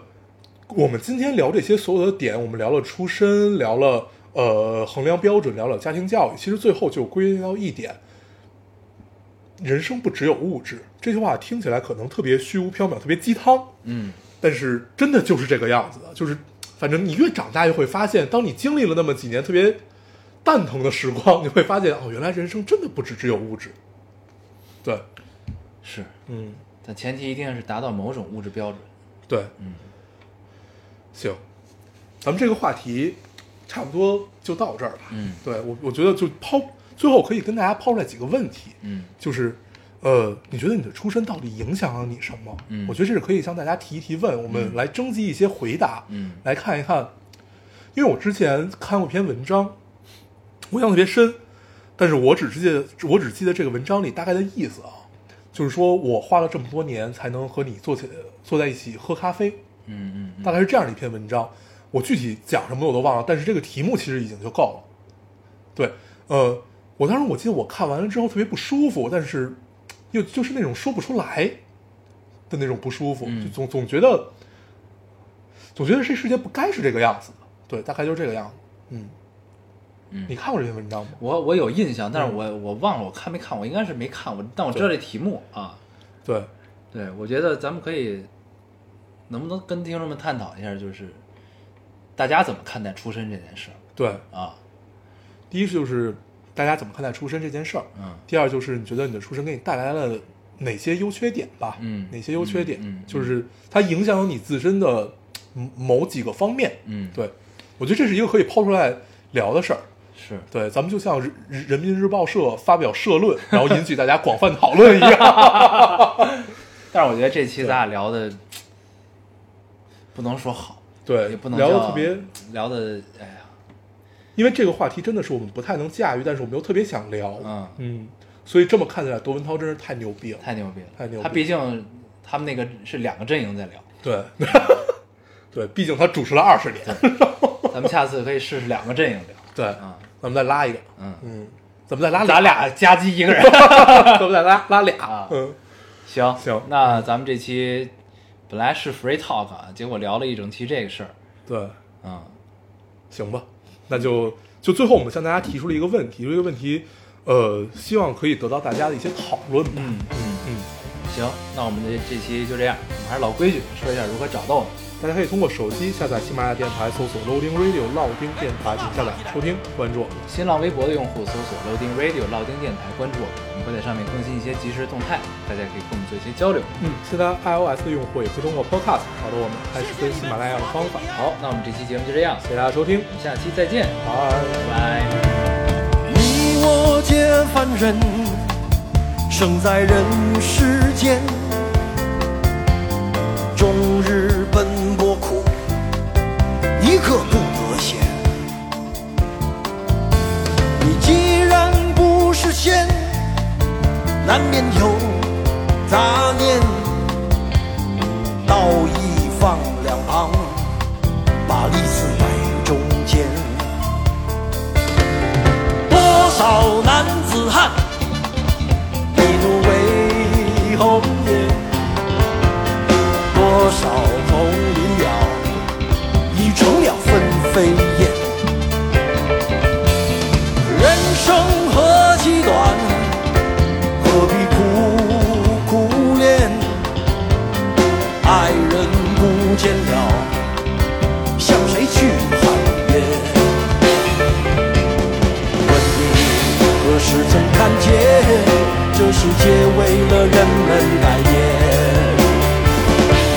Speaker 2: 我们今天聊这些所有的点，我们聊了出身，聊了呃衡量标准，聊了家庭教育，其实最后就归结到一点：人生不只有物质。这句话听起来可能特别虚无缥缈，特别鸡汤，
Speaker 1: 嗯，
Speaker 2: 但是真的就是这个样子的。就是，反正你越长大，越会发现，当你经历了那么几年特别蛋疼的时光，你会发现，哦，原来人生真的不只只有物质。对，
Speaker 1: 是，
Speaker 2: 嗯，
Speaker 1: 但前提一定是达到某种物质标准。
Speaker 2: 对，
Speaker 1: 嗯，
Speaker 2: 行，咱们这个话题差不多就到这儿吧。
Speaker 1: 嗯
Speaker 2: 对我我觉得就抛最后可以跟大家抛出来几个问题，
Speaker 1: 嗯
Speaker 2: 就是呃，你觉得你的出身到底影响了你什么？
Speaker 1: 嗯
Speaker 2: 我觉得这是可以向大家提一提问，我们来征集一些回答，
Speaker 1: 嗯
Speaker 2: 来看一看。因为我之前看过一篇文章，我印象特别深，但是我只记得我只记得这个文章里大概的意思啊，就是说我花了这么多年才能和你坐起坐在一起喝咖啡，
Speaker 1: 嗯嗯
Speaker 2: 大概是这样的一篇文章。我具体讲什么我都忘了，但是这个题目其实已经就够了。对，呃，我当时我记得我看完了之后特别不舒服，但是又就是那种说不出来的那种不舒服，
Speaker 1: 嗯
Speaker 2: 就总总觉得总觉得这世界不该是这个样子的。对，大概就是这个样子。嗯，
Speaker 1: 嗯嗯，
Speaker 2: 你看过这篇文章吗？
Speaker 1: 我我有印象，但是
Speaker 2: 嗯
Speaker 1: 我我忘了我看没看，我应该是没看，我但我知道这题目啊。
Speaker 2: 对，
Speaker 1: 对，我觉得咱们可以，能不能跟听众们探讨一下，就是大家怎么看待出身这件事儿
Speaker 2: 对，
Speaker 1: 啊？
Speaker 2: 第一就是大家怎么看待出身这件事儿，
Speaker 1: 嗯
Speaker 2: 第二就是你觉得你的出身给你带来了哪些优缺点吧？
Speaker 1: 嗯
Speaker 2: 哪些优缺点？
Speaker 1: 嗯嗯嗯
Speaker 2: 就是它影响了你自身的嗯某几个方面。
Speaker 1: 嗯，，
Speaker 2: 对，我觉得这是一个可以抛出来聊的事儿。
Speaker 1: 是。
Speaker 2: 对，咱们就像人人民日报社发表社论，然后引起大家广泛讨论
Speaker 1: [laughs]
Speaker 2: 一样。
Speaker 1: 但是我觉得这期咱俩聊的不能说好，
Speaker 2: 对，
Speaker 1: 也不能
Speaker 2: 聊
Speaker 1: 叫
Speaker 2: 的特别，
Speaker 1: 聊的，哎呀，
Speaker 2: 因为这个话题真的是我们不太能驾驭，但是我们又特别想聊。
Speaker 1: 嗯
Speaker 2: 嗯，所以这么看起来，窦文涛真是太牛逼了。
Speaker 1: 太牛逼了，
Speaker 2: 太牛逼了
Speaker 1: 他毕竟他们那个是两个阵营在
Speaker 2: [laughs]
Speaker 1: 聊，
Speaker 2: 对，对，毕竟他主持了二十年。
Speaker 1: 咱们下次可以试试两个阵营聊
Speaker 2: 对，
Speaker 1: 啊，
Speaker 2: 咱们再拉一个。
Speaker 1: 嗯，
Speaker 2: 嗯，咱们再拉
Speaker 1: 咱俩夹击
Speaker 2: [laughs]
Speaker 1: 一个人。
Speaker 2: 咱们再拉拉俩
Speaker 1: 啊，
Speaker 2: 嗯，
Speaker 1: 行
Speaker 2: 行
Speaker 1: 那咱们这期本来是 free talk，啊，结果聊了一整期这个事儿，
Speaker 2: 对，
Speaker 1: 嗯，
Speaker 2: 行吧，那就就最后我们向大家提出了一个问题，提出一个问题，呃，希望可以得到大家的一些讨论吧。
Speaker 1: 嗯嗯，
Speaker 2: 嗯，
Speaker 1: 行，那我们这这期就这样，我们还是老规矩，说一下如何找到我们。
Speaker 2: 大家可以通过手机下载喜马拉雅电台，搜索 Loading Radio 老丁电台进行下载
Speaker 1: 嗯
Speaker 2: 收听，关注我们。
Speaker 1: 新浪微博的用户搜索 Loading Radio 老丁电台，关注我们，我们会在上面更新一些即时动态，大家可以跟我们做一些交流。
Speaker 2: 嗯，现在 iOS 的用户也可以通过 Podcast 找到我们，还是跟喜马拉雅的方法。
Speaker 1: 好，那我们这期节目就这样，
Speaker 2: 谢谢大家收听，
Speaker 1: 我们下期再见，
Speaker 2: 拜。
Speaker 1: 拜拜。
Speaker 3: 你我皆凡人，生在人世间，终日奔波苦，一刻不得闲。你既然不是仙，难免有杂念，道义放两旁，把利字摆中间。多少男子汉，一怒为红颜；多少红林鸟，已成了纷飞燕。人生何其短，何必苦苦恋？爱人不见了，向谁去喊冤？问你何时曾看见，这世界为了人们改变？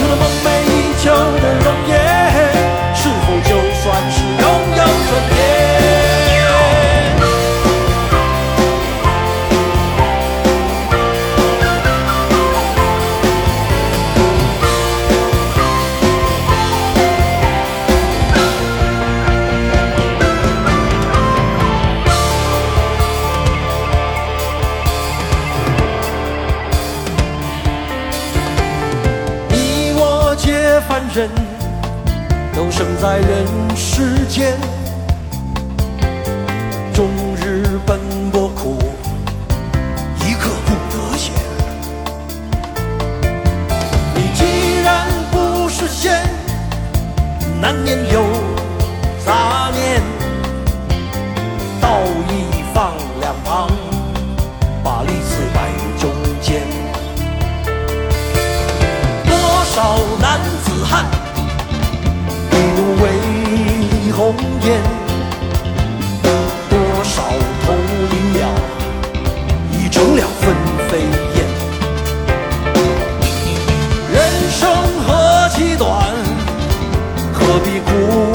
Speaker 3: 有了梦寐以求的容颜，是否就算是拥有春天？你我皆凡人，都生在人世间，终日奔波苦，一刻不得闲。你既然不是仙，难免有杂念，道义放两旁，把利字摆中间。多少男子汉，一怒为红颜；多少同林鸟，已成了纷飞燕。人生何其短，何必苦